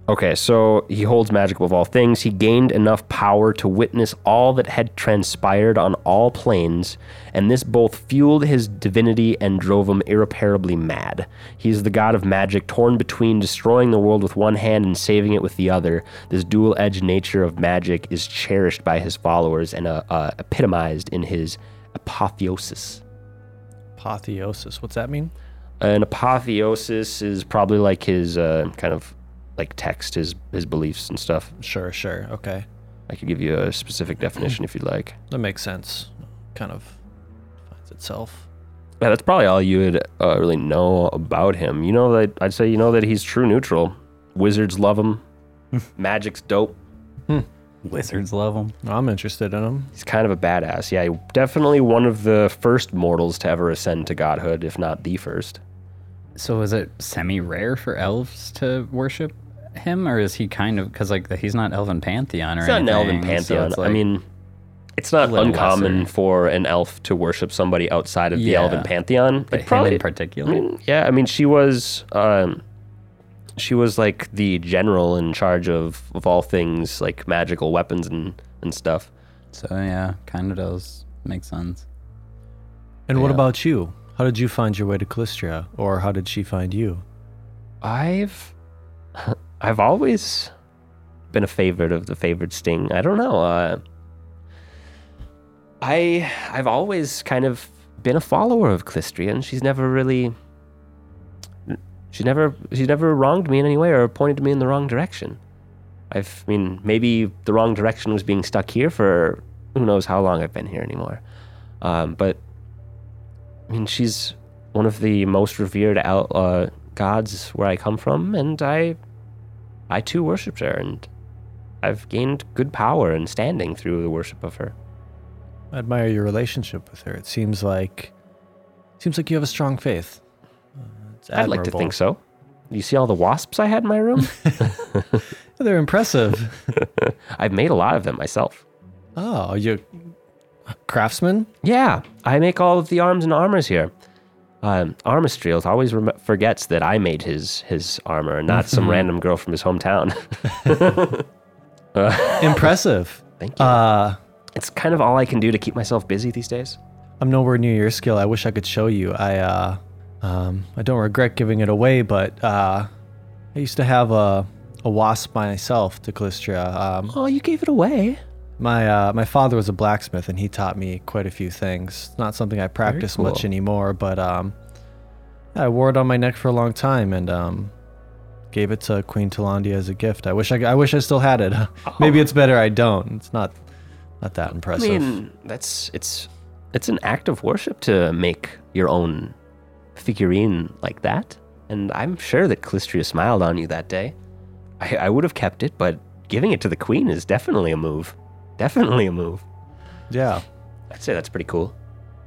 Okay, so he holds magic above all things. He gained enough power to witness all that had transpired on all planes, and this both fueled his divinity and drove him irreparably mad. He is the god of magic, torn between destroying the world with one hand and saving it with the other. This dual edged nature of magic is cherished by his followers and uh, uh, epitomized in his apotheosis. Apotheosis. What's that mean? an apotheosis is probably like his uh, kind of like text his his beliefs and stuff Sure, sure. Okay. i could give you a specific definition if you'd like That makes sense. Kind of finds itself. yeah, that's probably all you would uh, really know about him you know that i'd say you know that he's true neutral wizards love him magic's dope Wizards love them. I'm interested in him. he's kind of a badass yeah he- definitely one of the first mortals to ever ascend to godhood if not the first So is it semi rare for elves to worship him, or is he kind of because like he's not elven pantheon or It's not an elven anything, so pantheon. it's I like- mean, it's not little uncommon lesser. for an elf to worship somebody outside of the elven Yeah. pantheon. Like but him in particular. I mean, Mm, yeah, I mean, she was, um, she was like the general in charge of of all things like magical weapons and and stuff. so yeah, kind of does make sense. And what about you? How did you find your way to Calistria? Or how did she find you? I've, I've always been a favorite of the favored sting. I don't know. Uh, I I've always kind of been a follower of Clistria, and she's never really. She never she's never wronged me in any way or pointed me in the wrong direction. I've I mean maybe the wrong direction was being stuck here for who knows how long I've been here anymore. Um, but I mean she's one of the most revered el- uh, gods where I come from, and I I too worshipped her, and I've gained good power and standing through the worship of her. I admire your relationship with her. It seems like seems like you have a strong faith. Uh, it's I'd like to admirable. think so. You see all the wasps I had in my room? Oh, They're impressive. I've made a lot of them myself. oh, are you a craftsman? Yeah, I make all of the arms and armors here. Um, Armistriels always rem- forgets that I made his his armor, and not some random girl from his hometown. Impressive. Thank you. Uh, it's kind of all I can do to keep myself busy these days. I'm nowhere near your skill. I wish I could show you. I uh, um, I don't regret giving it away, but uh, I used to have a a wasp myself to Calistria. Um, Oh, you gave it away. my uh, my father was a blacksmith, and he taught me quite a few things. It's Not something I practice much cool. anymore, but um, I wore it on my neck for a long time, and um, gave it to Queen Talandia as a gift. I wish I, I wish I still had it. Maybe it's better I don't. It's not not that I impressive. mean, that's it's it's an act of worship to make your own figurine like that. And I'm sure that Calistria smiled on you that day. I, I would have kept it, but giving it to the queen is definitely a move. Definitely a move. yeah, I'd say that's pretty cool.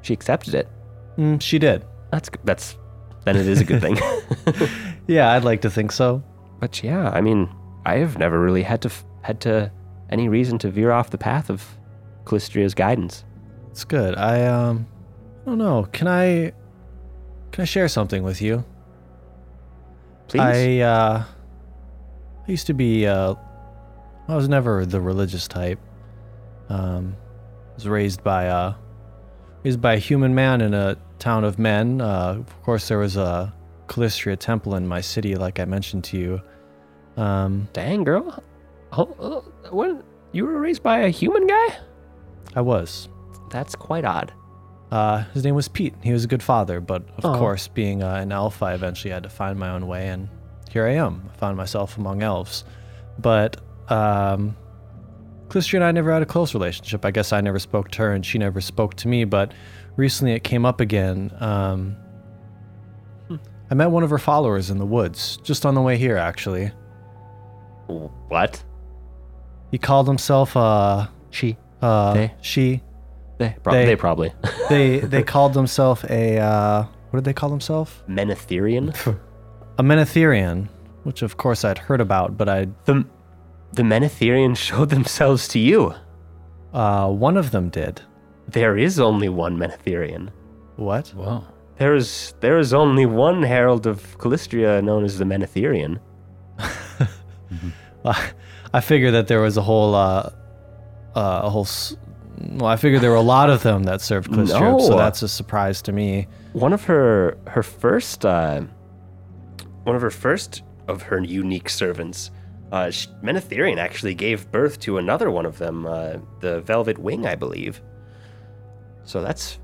She accepted it. Mm, she did. That's g- that's then it is a good thing. Yeah, I'd like to think so. but yeah, I mean, I have never really had to f- had to any reason to veer off the path of Calistria's guidance. It's good. I um I don't know. Can I can I share something with you? Please. I uh I used to be uh I was never the religious type. Um I was raised by uh raised by a human man in a town of men. Uh of course there was a Calistria temple in my city like I mentioned to you. Um Dang, girl. Oh, oh, what? You were raised by a human guy? I was That's quite odd. Uh, his name was Pete. He was a good father, but of Aw. course, being uh, an elf, I eventually had to find my own way, and here I am. I found myself among elves. But um, Clystra and I never had a close relationship. I guess I never spoke to her, and she never spoke to me. But recently, it came up again. Um, Hmm. I met one of her followers in the woods, just on the way here, actually. What? He called himself uh, She. uh, They? she. They, prob- They- they, probably. They they called themselves a uh, what did they call themselves? Menetherian? a Menetherian, which of course I'd heard about, but I The, the Menetherian showed themselves to you. uh, one of them did. There is only one Menetherian. What? Whoa. There is there is only one herald of Calistria known as the Menetherian. I figured that there was a whole, uh, uh, a whole. S- well, I figured there were a lot of them that served Clistrop, so No. that's a surprise to me. one of her her first uh, one of her first of her unique servants uh, sh Menetherian actually gave birth to another one of them uh, the velvet wing I believe so that's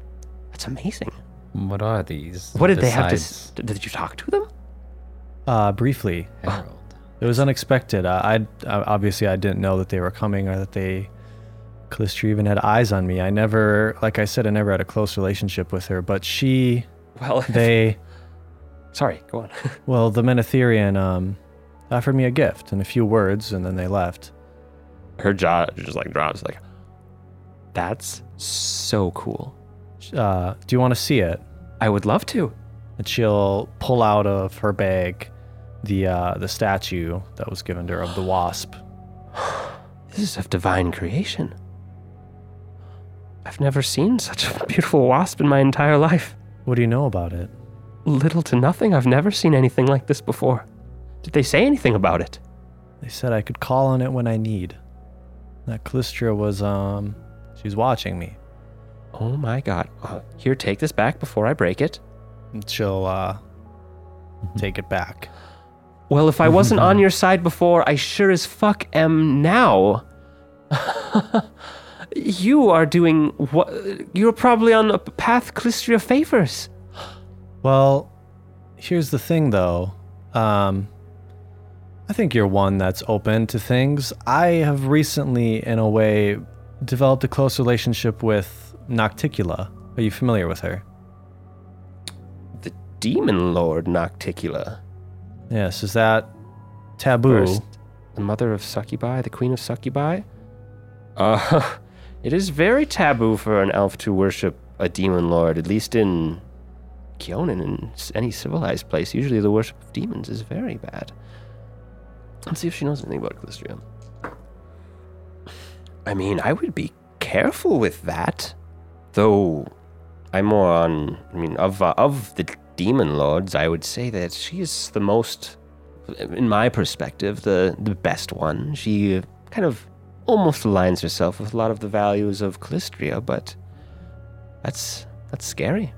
that's amazing What are these? what did they have to s- besides d- did you talk to them Uh, briefly, Harold? Oh. it was unexpected. Uh, I uh, obviously I didn't know that they were coming or that they Calistria even had eyes on me. I never, like I said, I never had a close relationship with her, but she, well they. sorry go on Well, the Menetherian um, offered me a gift and a few words, and then they left. her jaw just like drops like that's so cool Uh, do you want to see it? I would love to And she'll pull out of her bag the uh, the statue that was given to her of the wasp. This is of divine creation. I've never seen such a beautiful wasp in my entire life. What do you know about it? Little to nothing, I've never seen anything like this before. Did they say anything about it? They said I could call on it when I need. That Callistra was um, she's watching me. Oh my god. Uh, here, take this back before I break it. And she'll uh, take it back. Well, if I wasn't on your side before, I sure as fuck am now. you are doing what? You're probably on a path Clistria favors. Well, here's the thing though. Um, I think you're one that's open to things. I have recently, in a way, developed a close relationship with Nocticula. Are you familiar with her? The demon lord Nocticula. Yes, is that taboo? First, the mother of succubi, the queen of succubi. Uh, it is very taboo for an elf to worship a demon lord, at least in Kionin and s- any civilized place. Usually, the worship of demons is very bad. Let's see if she knows anything about Calistria. I mean, I would be careful with that, though. I'm more on. I mean, of uh, of the demon lords, I would say that she is the most in my perspective, the the best one. She kind of almost aligns herself with a lot of the values of Calistria, but that's that's scary.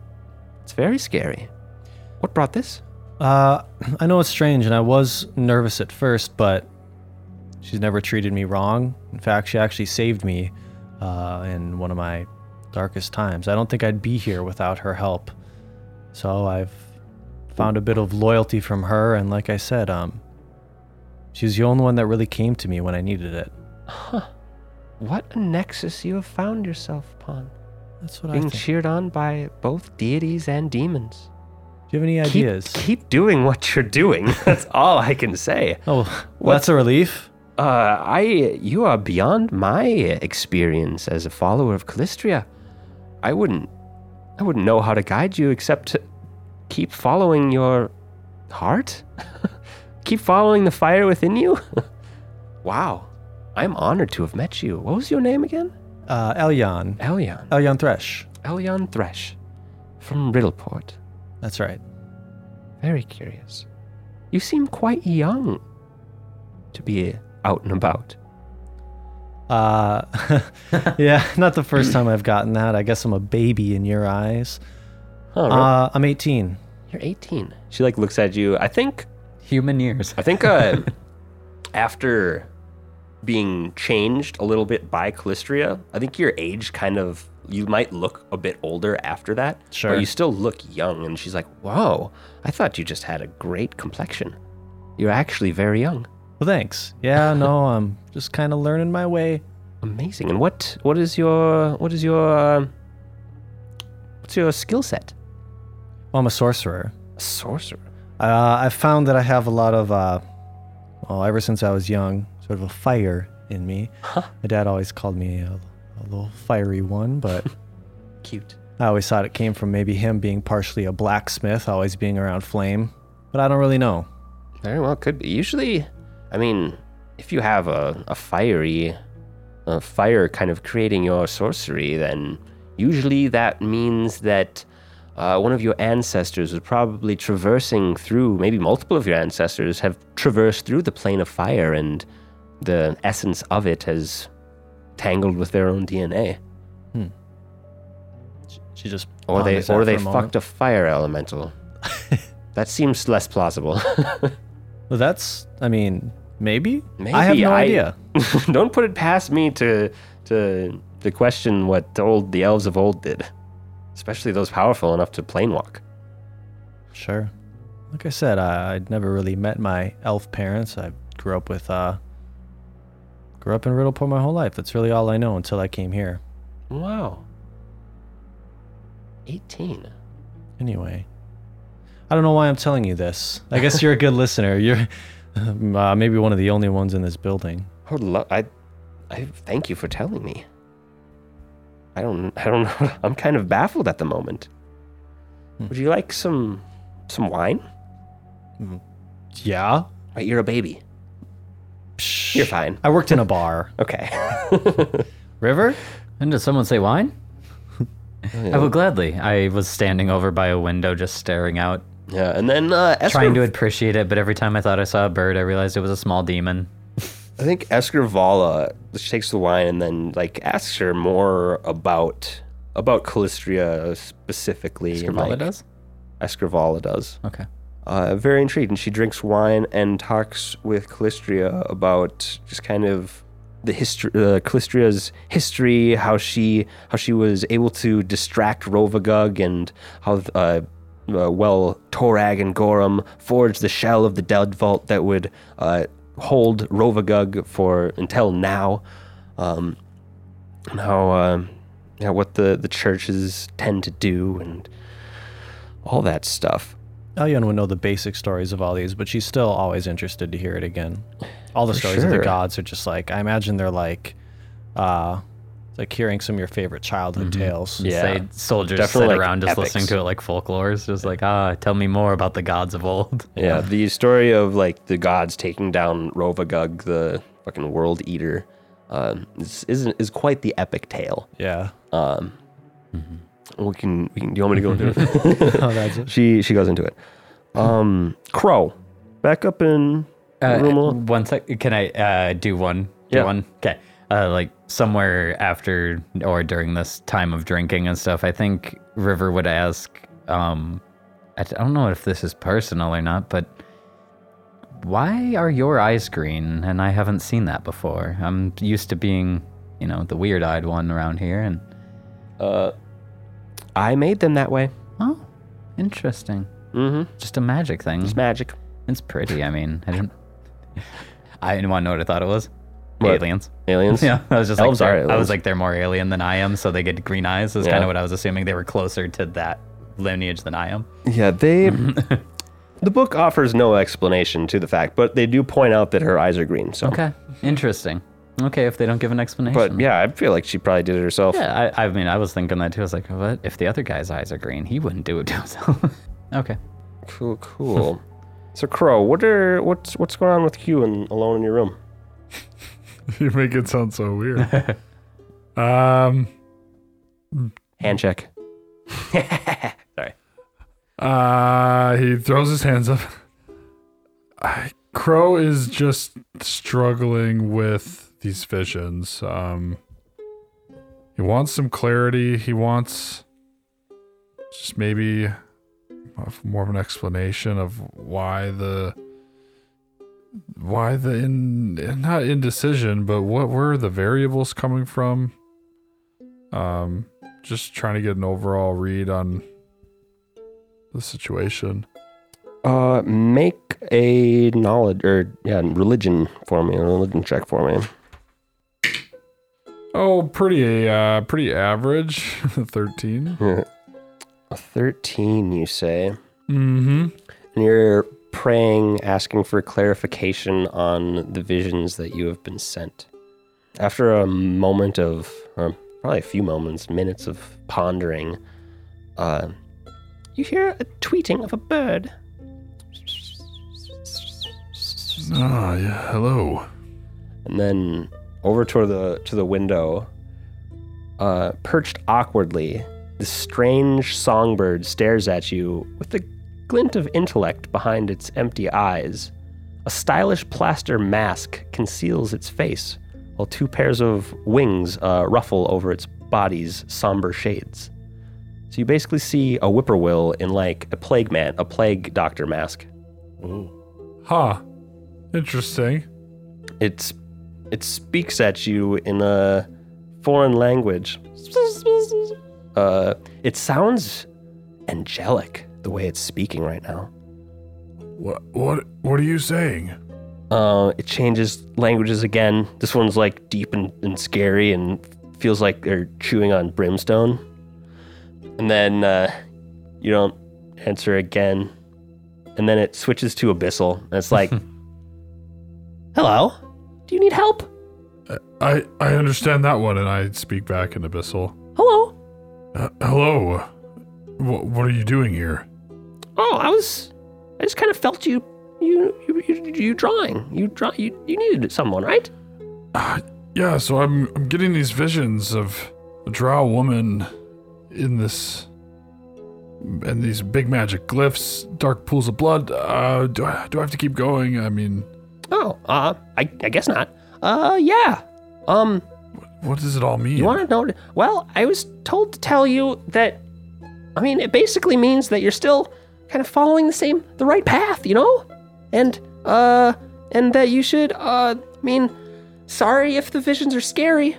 It's very scary. What brought this? Uh, I know it's strange, and I was nervous at first, but she's never treated me wrong. In fact, she actually saved me uh, in one of my darkest times. I don't think I'd be here without her help. So I've found a bit of loyalty from her, and like I said, um, she's the only one that really came to me when I needed it. What a nexus you have found yourself upon, That's what I being think. cheered on by both deities and demons. Do you have any Keep- ideas? Keep, doing what you're doing. That's all I can say. Oh, well, that's a relief. Uh, I, you are beyond my experience as a follower of Callistria. I wouldn't, I wouldn't know how to guide you except to keep following your heart, keep following the fire within you. wow, I'm honored to have met you. What was your name again? Uh, Elyon, Elion. Elyon Thresh. Elion Thresh, from Riddleport. That's right. Very curious. You seem quite young to be out and about. Uh, yeah, not the first time I've gotten that. I guess I'm a baby in your eyes. Huh, right? Uh, I'm 18. You're 18. She like looks at you. I think Human years. I think uh, after being changed a little bit by Callistria, I think your age kind of you might look a bit older after that. Sure. But you still look young and she's like, Whoa, I thought you just had a great complexion. You're actually very young. Well, thanks. Yeah, no, I'm just kind of learning my way. Amazing. And what what is your what is your uh, what's your skill set? Well, I'm a sorcerer. Sorcerer. Uh, I found that I have a lot of, uh, well, ever since I was young, sort of a fire in me. My dad always called me a, a little fiery one, but Cute. I always thought it came from maybe him being partially a blacksmith, always being around flame. But I don't really know. Very well, could be. Usually, I mean, if you have a, a fiery, a fire kind of creating your sorcery, then usually that means that uh, one of your ancestors was probably traversing through, maybe multiple of your ancestors have traversed through the plane of fire and the essence of it has tangled with their own DNA. She- She just Or they, ponders that or for they a moment. fucked a fire elemental. that seems less plausible. Well, that's, I mean, maybe? Maybe I have no idea. Don't put it past me to to to question what the old the elves of old did, especially those powerful enough to plane walk. Sure. Like I said, I, I'd never really met my elf parents. I grew up with, uh, grew up in Riddleport my whole life. That's really all I know until I came here. Wow. Eighteen. Anyway, I don't know why I'm telling you this. I guess you're a good listener. You're uh, maybe one of the only ones in this building. I would lo- I I thank you for telling me. I don't I don't know. I'm kind of baffled at the moment. Would you like some some wine? Yeah. Right, you're a baby. Psh. You're fine. I worked in a bar. Okay. River? And does someone say wine? Oh, I will gladly. I was standing over by a window just staring out, yeah, and then uh, Esper trying to appreciate it, but every time I thought I saw a bird, I realized it was a small demon. I think Escrivala she takes the wine and then like asks her more about about Callistria specifically. and, Skrivala like, does? Escrivala does. Okay. Uh, very intrigued, and she drinks wine and talks with Callistria about just kind of the history, uh, Callistria's history, how she how she was able to distract Rovagug, and how uh, uh, well Torag and Gorum forged the shell of the dead vault that would uh, hold Rovagug for until now. Um, and how uh, yeah, what the the churches tend to do, and all that stuff. Elyon would know the basic stories of all these, but she's still always interested to hear it again. All the stories of sure. the gods are just like I imagine they're like, uh, it's like hearing some of your favorite childhood tales. Just Mm-hmm. Yeah. say soldiers Definitely, sit like, around just epics. listening to it like folklore. It's just like, ah, tell me more about the gods of old. Yeah, the story of like the gods taking down Rovagug, the fucking world eater, um, is, is is quite the epic tale. Yeah. Um, we, can, we can. Do you want me to go into it? Oh, that's it. she she goes into it. Um, Crow, back up in Uh, Rumel. one sec. Can I uh, do one? Do Yeah. one. Okay. uh, like somewhere after or during this time of drinking and stuff, I think River would ask, um, I d- I don't know if this is personal or not, but why are your eyes green? And I haven't seen that before. I'm used to being, you know, the weird eyed one around here. And, I made them that way. oh, interesting. Mm-hmm. Just a magic thing. It's magic. It's pretty. I mean, I didn't. I didn't want to know what I thought it was. What? Aliens. Aliens? Yeah, I was just Elves like, are they're- I aliens. was like, they're more alien than I am, so they get green eyes. Is kind Yeah. of what I was assuming. They were closer to that lineage than I am. Yeah, they. the book offers no explanation to the fact, but they do point out that her eyes are green. So, Okay, interesting. Okay, if they don't give an explanation. but yeah, I feel like she probably did it herself. yeah, I, I mean, I was thinking that too. I was like, what if the other guy's eyes are green? He wouldn't do it to himself. okay. Cool, cool. so, Crow, what are what's what's going on with you and alone in your room? You make it sound so weird. um, Hand check. uh, he throws his hands up. I- Crow is just struggling with these visions. Um, he wants some clarity. He wants just maybe of- more of an explanation of why the why the in not indecision, but what were the variables coming from? Um, just trying to get an overall read on the situation. Uh, make a knowledge or yeah, religion for me, a religion check for me. Oh, pretty uh pretty average. 13. A Thirteen, you say, Mm-hmm. and you're praying, asking for clarification on the visions that you have been sent. After a moment of, or probably a few moments, minutes of pondering, uh, you hear a tweeting of a bird. Ah, yeah. Hello. and then over toward the to the window, uh, perched awkwardly, this strange songbird stares at you with the glint of intellect behind its empty eyes. A stylish plaster mask conceals its face, while two pairs of wings uh, ruffle over its body's somber shades. So you basically see a whippoorwill in like a plague man, a plague doctor mask. Huh. Interesting. it's it speaks at you in a foreign language. Uh, it sounds angelic the way it's speaking right now. What what what are you saying? Uh, it changes languages again. This one's like deep and, and scary and feels like they're chewing on brimstone. And then uh, you don't answer again. And then it switches to abyssal. And it's like, hello? Do you need help? I I understand that one and I speak back in abyssal. Hello? Uh, hello. What what are you doing here? Oh, I was. I just kind of felt you. You you you, you drawing. You draw. You you needed someone, right? Yeah, so I'm I'm getting these visions of a drow woman in this and these big magic glyphs, dark pools of blood. Uh, do I do I have to keep going? I mean, Oh, uh, I I guess not. Uh, yeah. Um, what does it all mean? you want to know? Well, I was told to tell you that. I mean, it basically means that you're still kind of following the same, the right path, you know, and uh, and that you should. Uh, I mean, sorry if the visions are scary,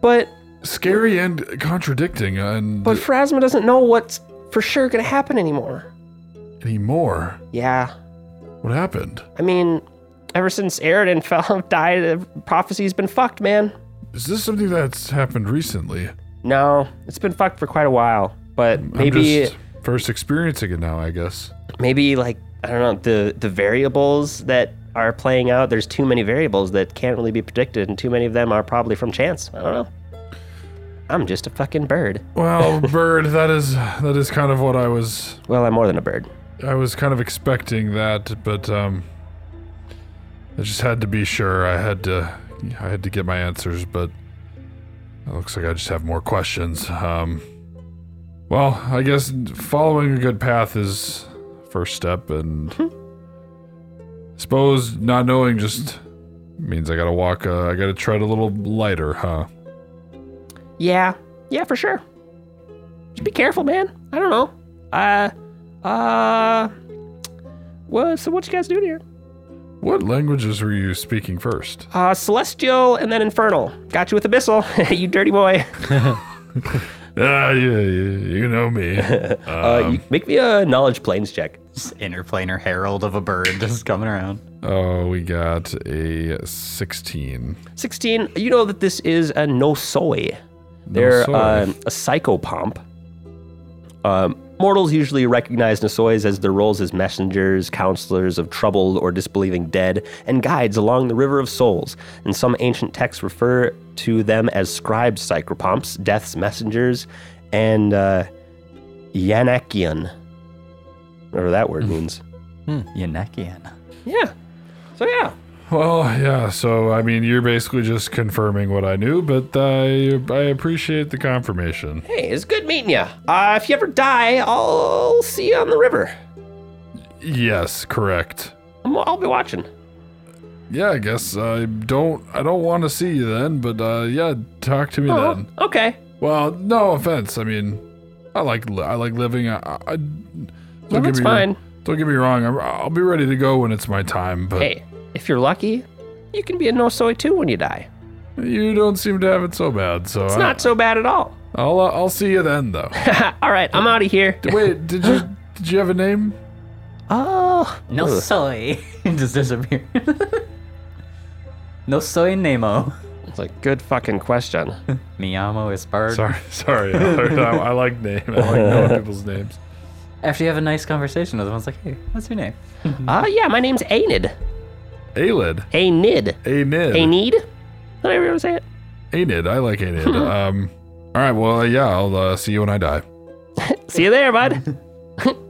but Scary and contradicting and but Phrasma doesn't know what's for sure gonna happen anymore. anymore. Yeah. What happened? I mean, ever since Aridin fell died, the prophecy's been fucked, man. Is this something that's happened recently? No, it's been fucked for quite a while. But maybe, I'm just first experiencing it now, I guess. maybe like I don't know the the variables that are playing out. There's too many variables that can't really be predicted, and too many of them are probably from chance. I don't know. I'm just a fucking bird. Well, bird, that is that is kind of what I was Well, I'm more than a bird. I was kind of expecting that, but um, I just had to be sure. I had to, I had to get my answers, but it looks like I just have more questions. Um, well, I guess following a good path is Hmm. first step, and I suppose not knowing just Means I gotta walk, uh, I gotta tread a little lighter, huh? Yeah, yeah, for sure. Just be careful, man. I don't know. Uh, uh, what? So what you guys doing here? What languages were you speaking first? Uh, celestial and then infernal. Got you with abyssal, you dirty boy. Ah, yeah, yeah, you know me. Uh, you make me a knowledge planes check. This interplanar herald of a bird just coming around. oh, we got a 16. 16, you know that this is a no soy. They're soy. um, a psychopomp. Um, mortals usually recognize Nosoys as their roles as messengers, counselors of troubled or disbelieving dead, and guides along the river of souls. And some ancient texts refer to them as scribed psychopomps, death's messengers, and uh, Yanakian. Whatever that word means. Hmm. Yanakian. Mm. Yeah. So, yeah. Well, yeah, so I mean, you're basically just confirming what I knew, but I, I appreciate the confirmation. Hey, it's good meeting you. Uh, if you ever die, I'll see you on the river. Yes, correct. I'm, I'll be watching. Yeah, I guess I don't I don't want to see you then, but uh, yeah, talk to me then. Uh-huh. Okay. Well, no offense. I mean, I like li- I like living. I, I, don't get it's me wrong- fine. Don't get me wrong. I'm, I'll be ready to go when it's my time. But Hey, if you're lucky, you can be a no soy too when you die. you don't seem to have it so bad. So It's not so bad at all. I'll uh, I'll see you then, though. all right, I'm out of here. Wait, did you did you have a name? Oh, No soy. just disappeared. no soy Nemo. it's a good fucking question. Miyamo is bird. Sorry, sorry. Albert. I, I like name. I like knowing people's names. After you have a nice conversation with them, it's like, hey, what's your name? Uh, yeah, my name's Anid. Aelid. Anid. Anid. Anid? Did I ever say it? Anid. I like Anid. um. All right. Well, yeah. I'll uh, see you when I die. See you there, bud.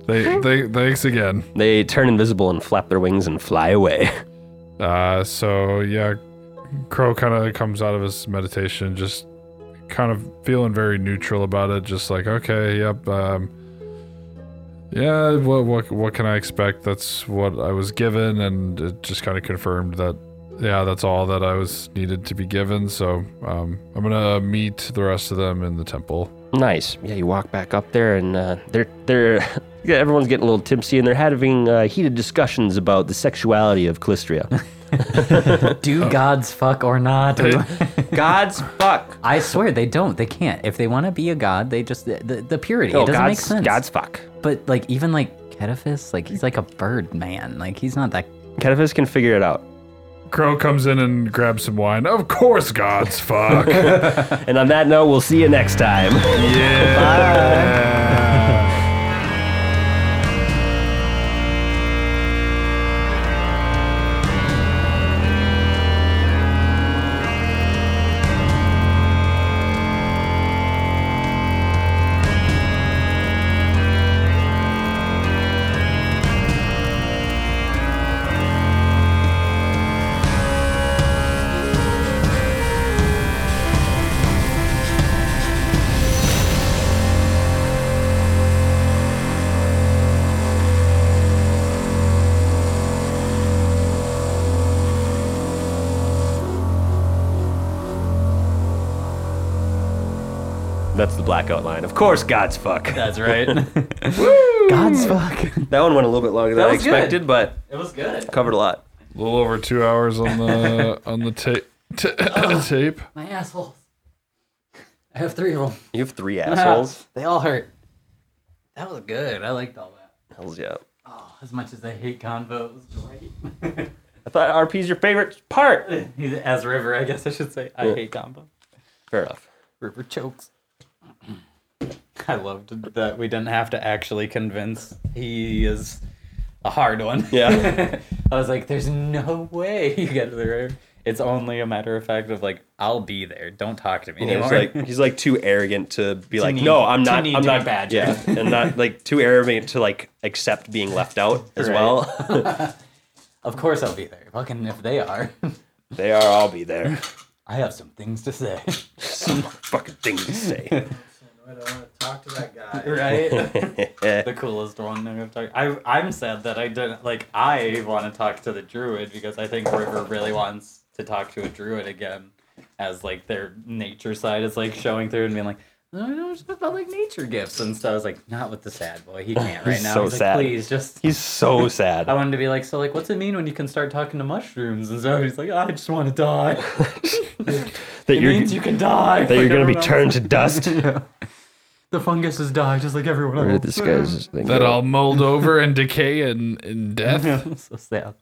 They, they, thanks again. they turn invisible and flap their wings and fly away. Uh, so yeah, Crow kind of comes out of his meditation, just kind of feeling very neutral about it. Just like, okay, yep, um, yeah. What, what, what can I expect? That's what I was given, and it just kind of confirmed that, yeah, that's all that I was needed to be given. So, um, I'm gonna meet the rest of them in the temple. Nice. Yeah, you walk back up there, and uh, they're they're yeah, everyone's getting a little tipsy, and they're having uh, heated discussions about the sexuality of Calistria. Do gods fuck or not? God's fuck. I swear they don't. They can't. If they want to be a god, they just the, the, the purity. Oh, it doesn't God's make sense. God's fuck. But like even like Kedifus, like he's like a bird man. Like he's not that. Catafis can figure it out. Crow comes in and grabs some wine. Of course, God's fuck. And on that note, we'll see you next time. That's the blackout line. Of course, God's fuck. That's right. God's fuck. That one went a little bit longer than That I was good. expected, but It was good. covered a lot. a little over two hours on the on the tape. tape. My assholes. I have three of them. You have three assholes. Ah, They all hurt. That was good. I liked all that. Hells yeah. Oh, as much as I hate Convo, it was great. I thought RP's your favorite part. as River, I guess I should say. I hate Convo. Fair enough. River chokes. I loved that we didn't have to actually convince. He is a hard one. Yeah. I was like, there's no way you get to the river. It's only a matter of fact of like, I'll be there. Don't talk to me Yeah, anymore. he's like he's like too arrogant to be like need- no I'm to not need I'm to not be badgered." yeah and not like too arrogant to like accept being left out as well. of course I'll be there. Fucking if they are. they are I'll be there. I have some things to say. Some fucking thing to say. I don't want to talk to that guy. right? the coolest one I'm gonna talk. I I'm sad that I didn't like I want to talk to the druid because I think River really wants to talk to a druid again, as like their nature side is like showing through and being like, "No, I know stuff about like nature gifts and stuff." I was like, "Not with the sad boy. He can't right He's now." so He's like, sad. Please just. He's so sad. I wanted to be like, so like, what's it mean when you can start talking to mushrooms? And so he's like, I just want to die. that It you're means you can die. that you're Like, gonna be everyone else- turned to dust. The fungus has died, just like everyone else. This guy's thing. That I'll mold over and decay and in death. so sad.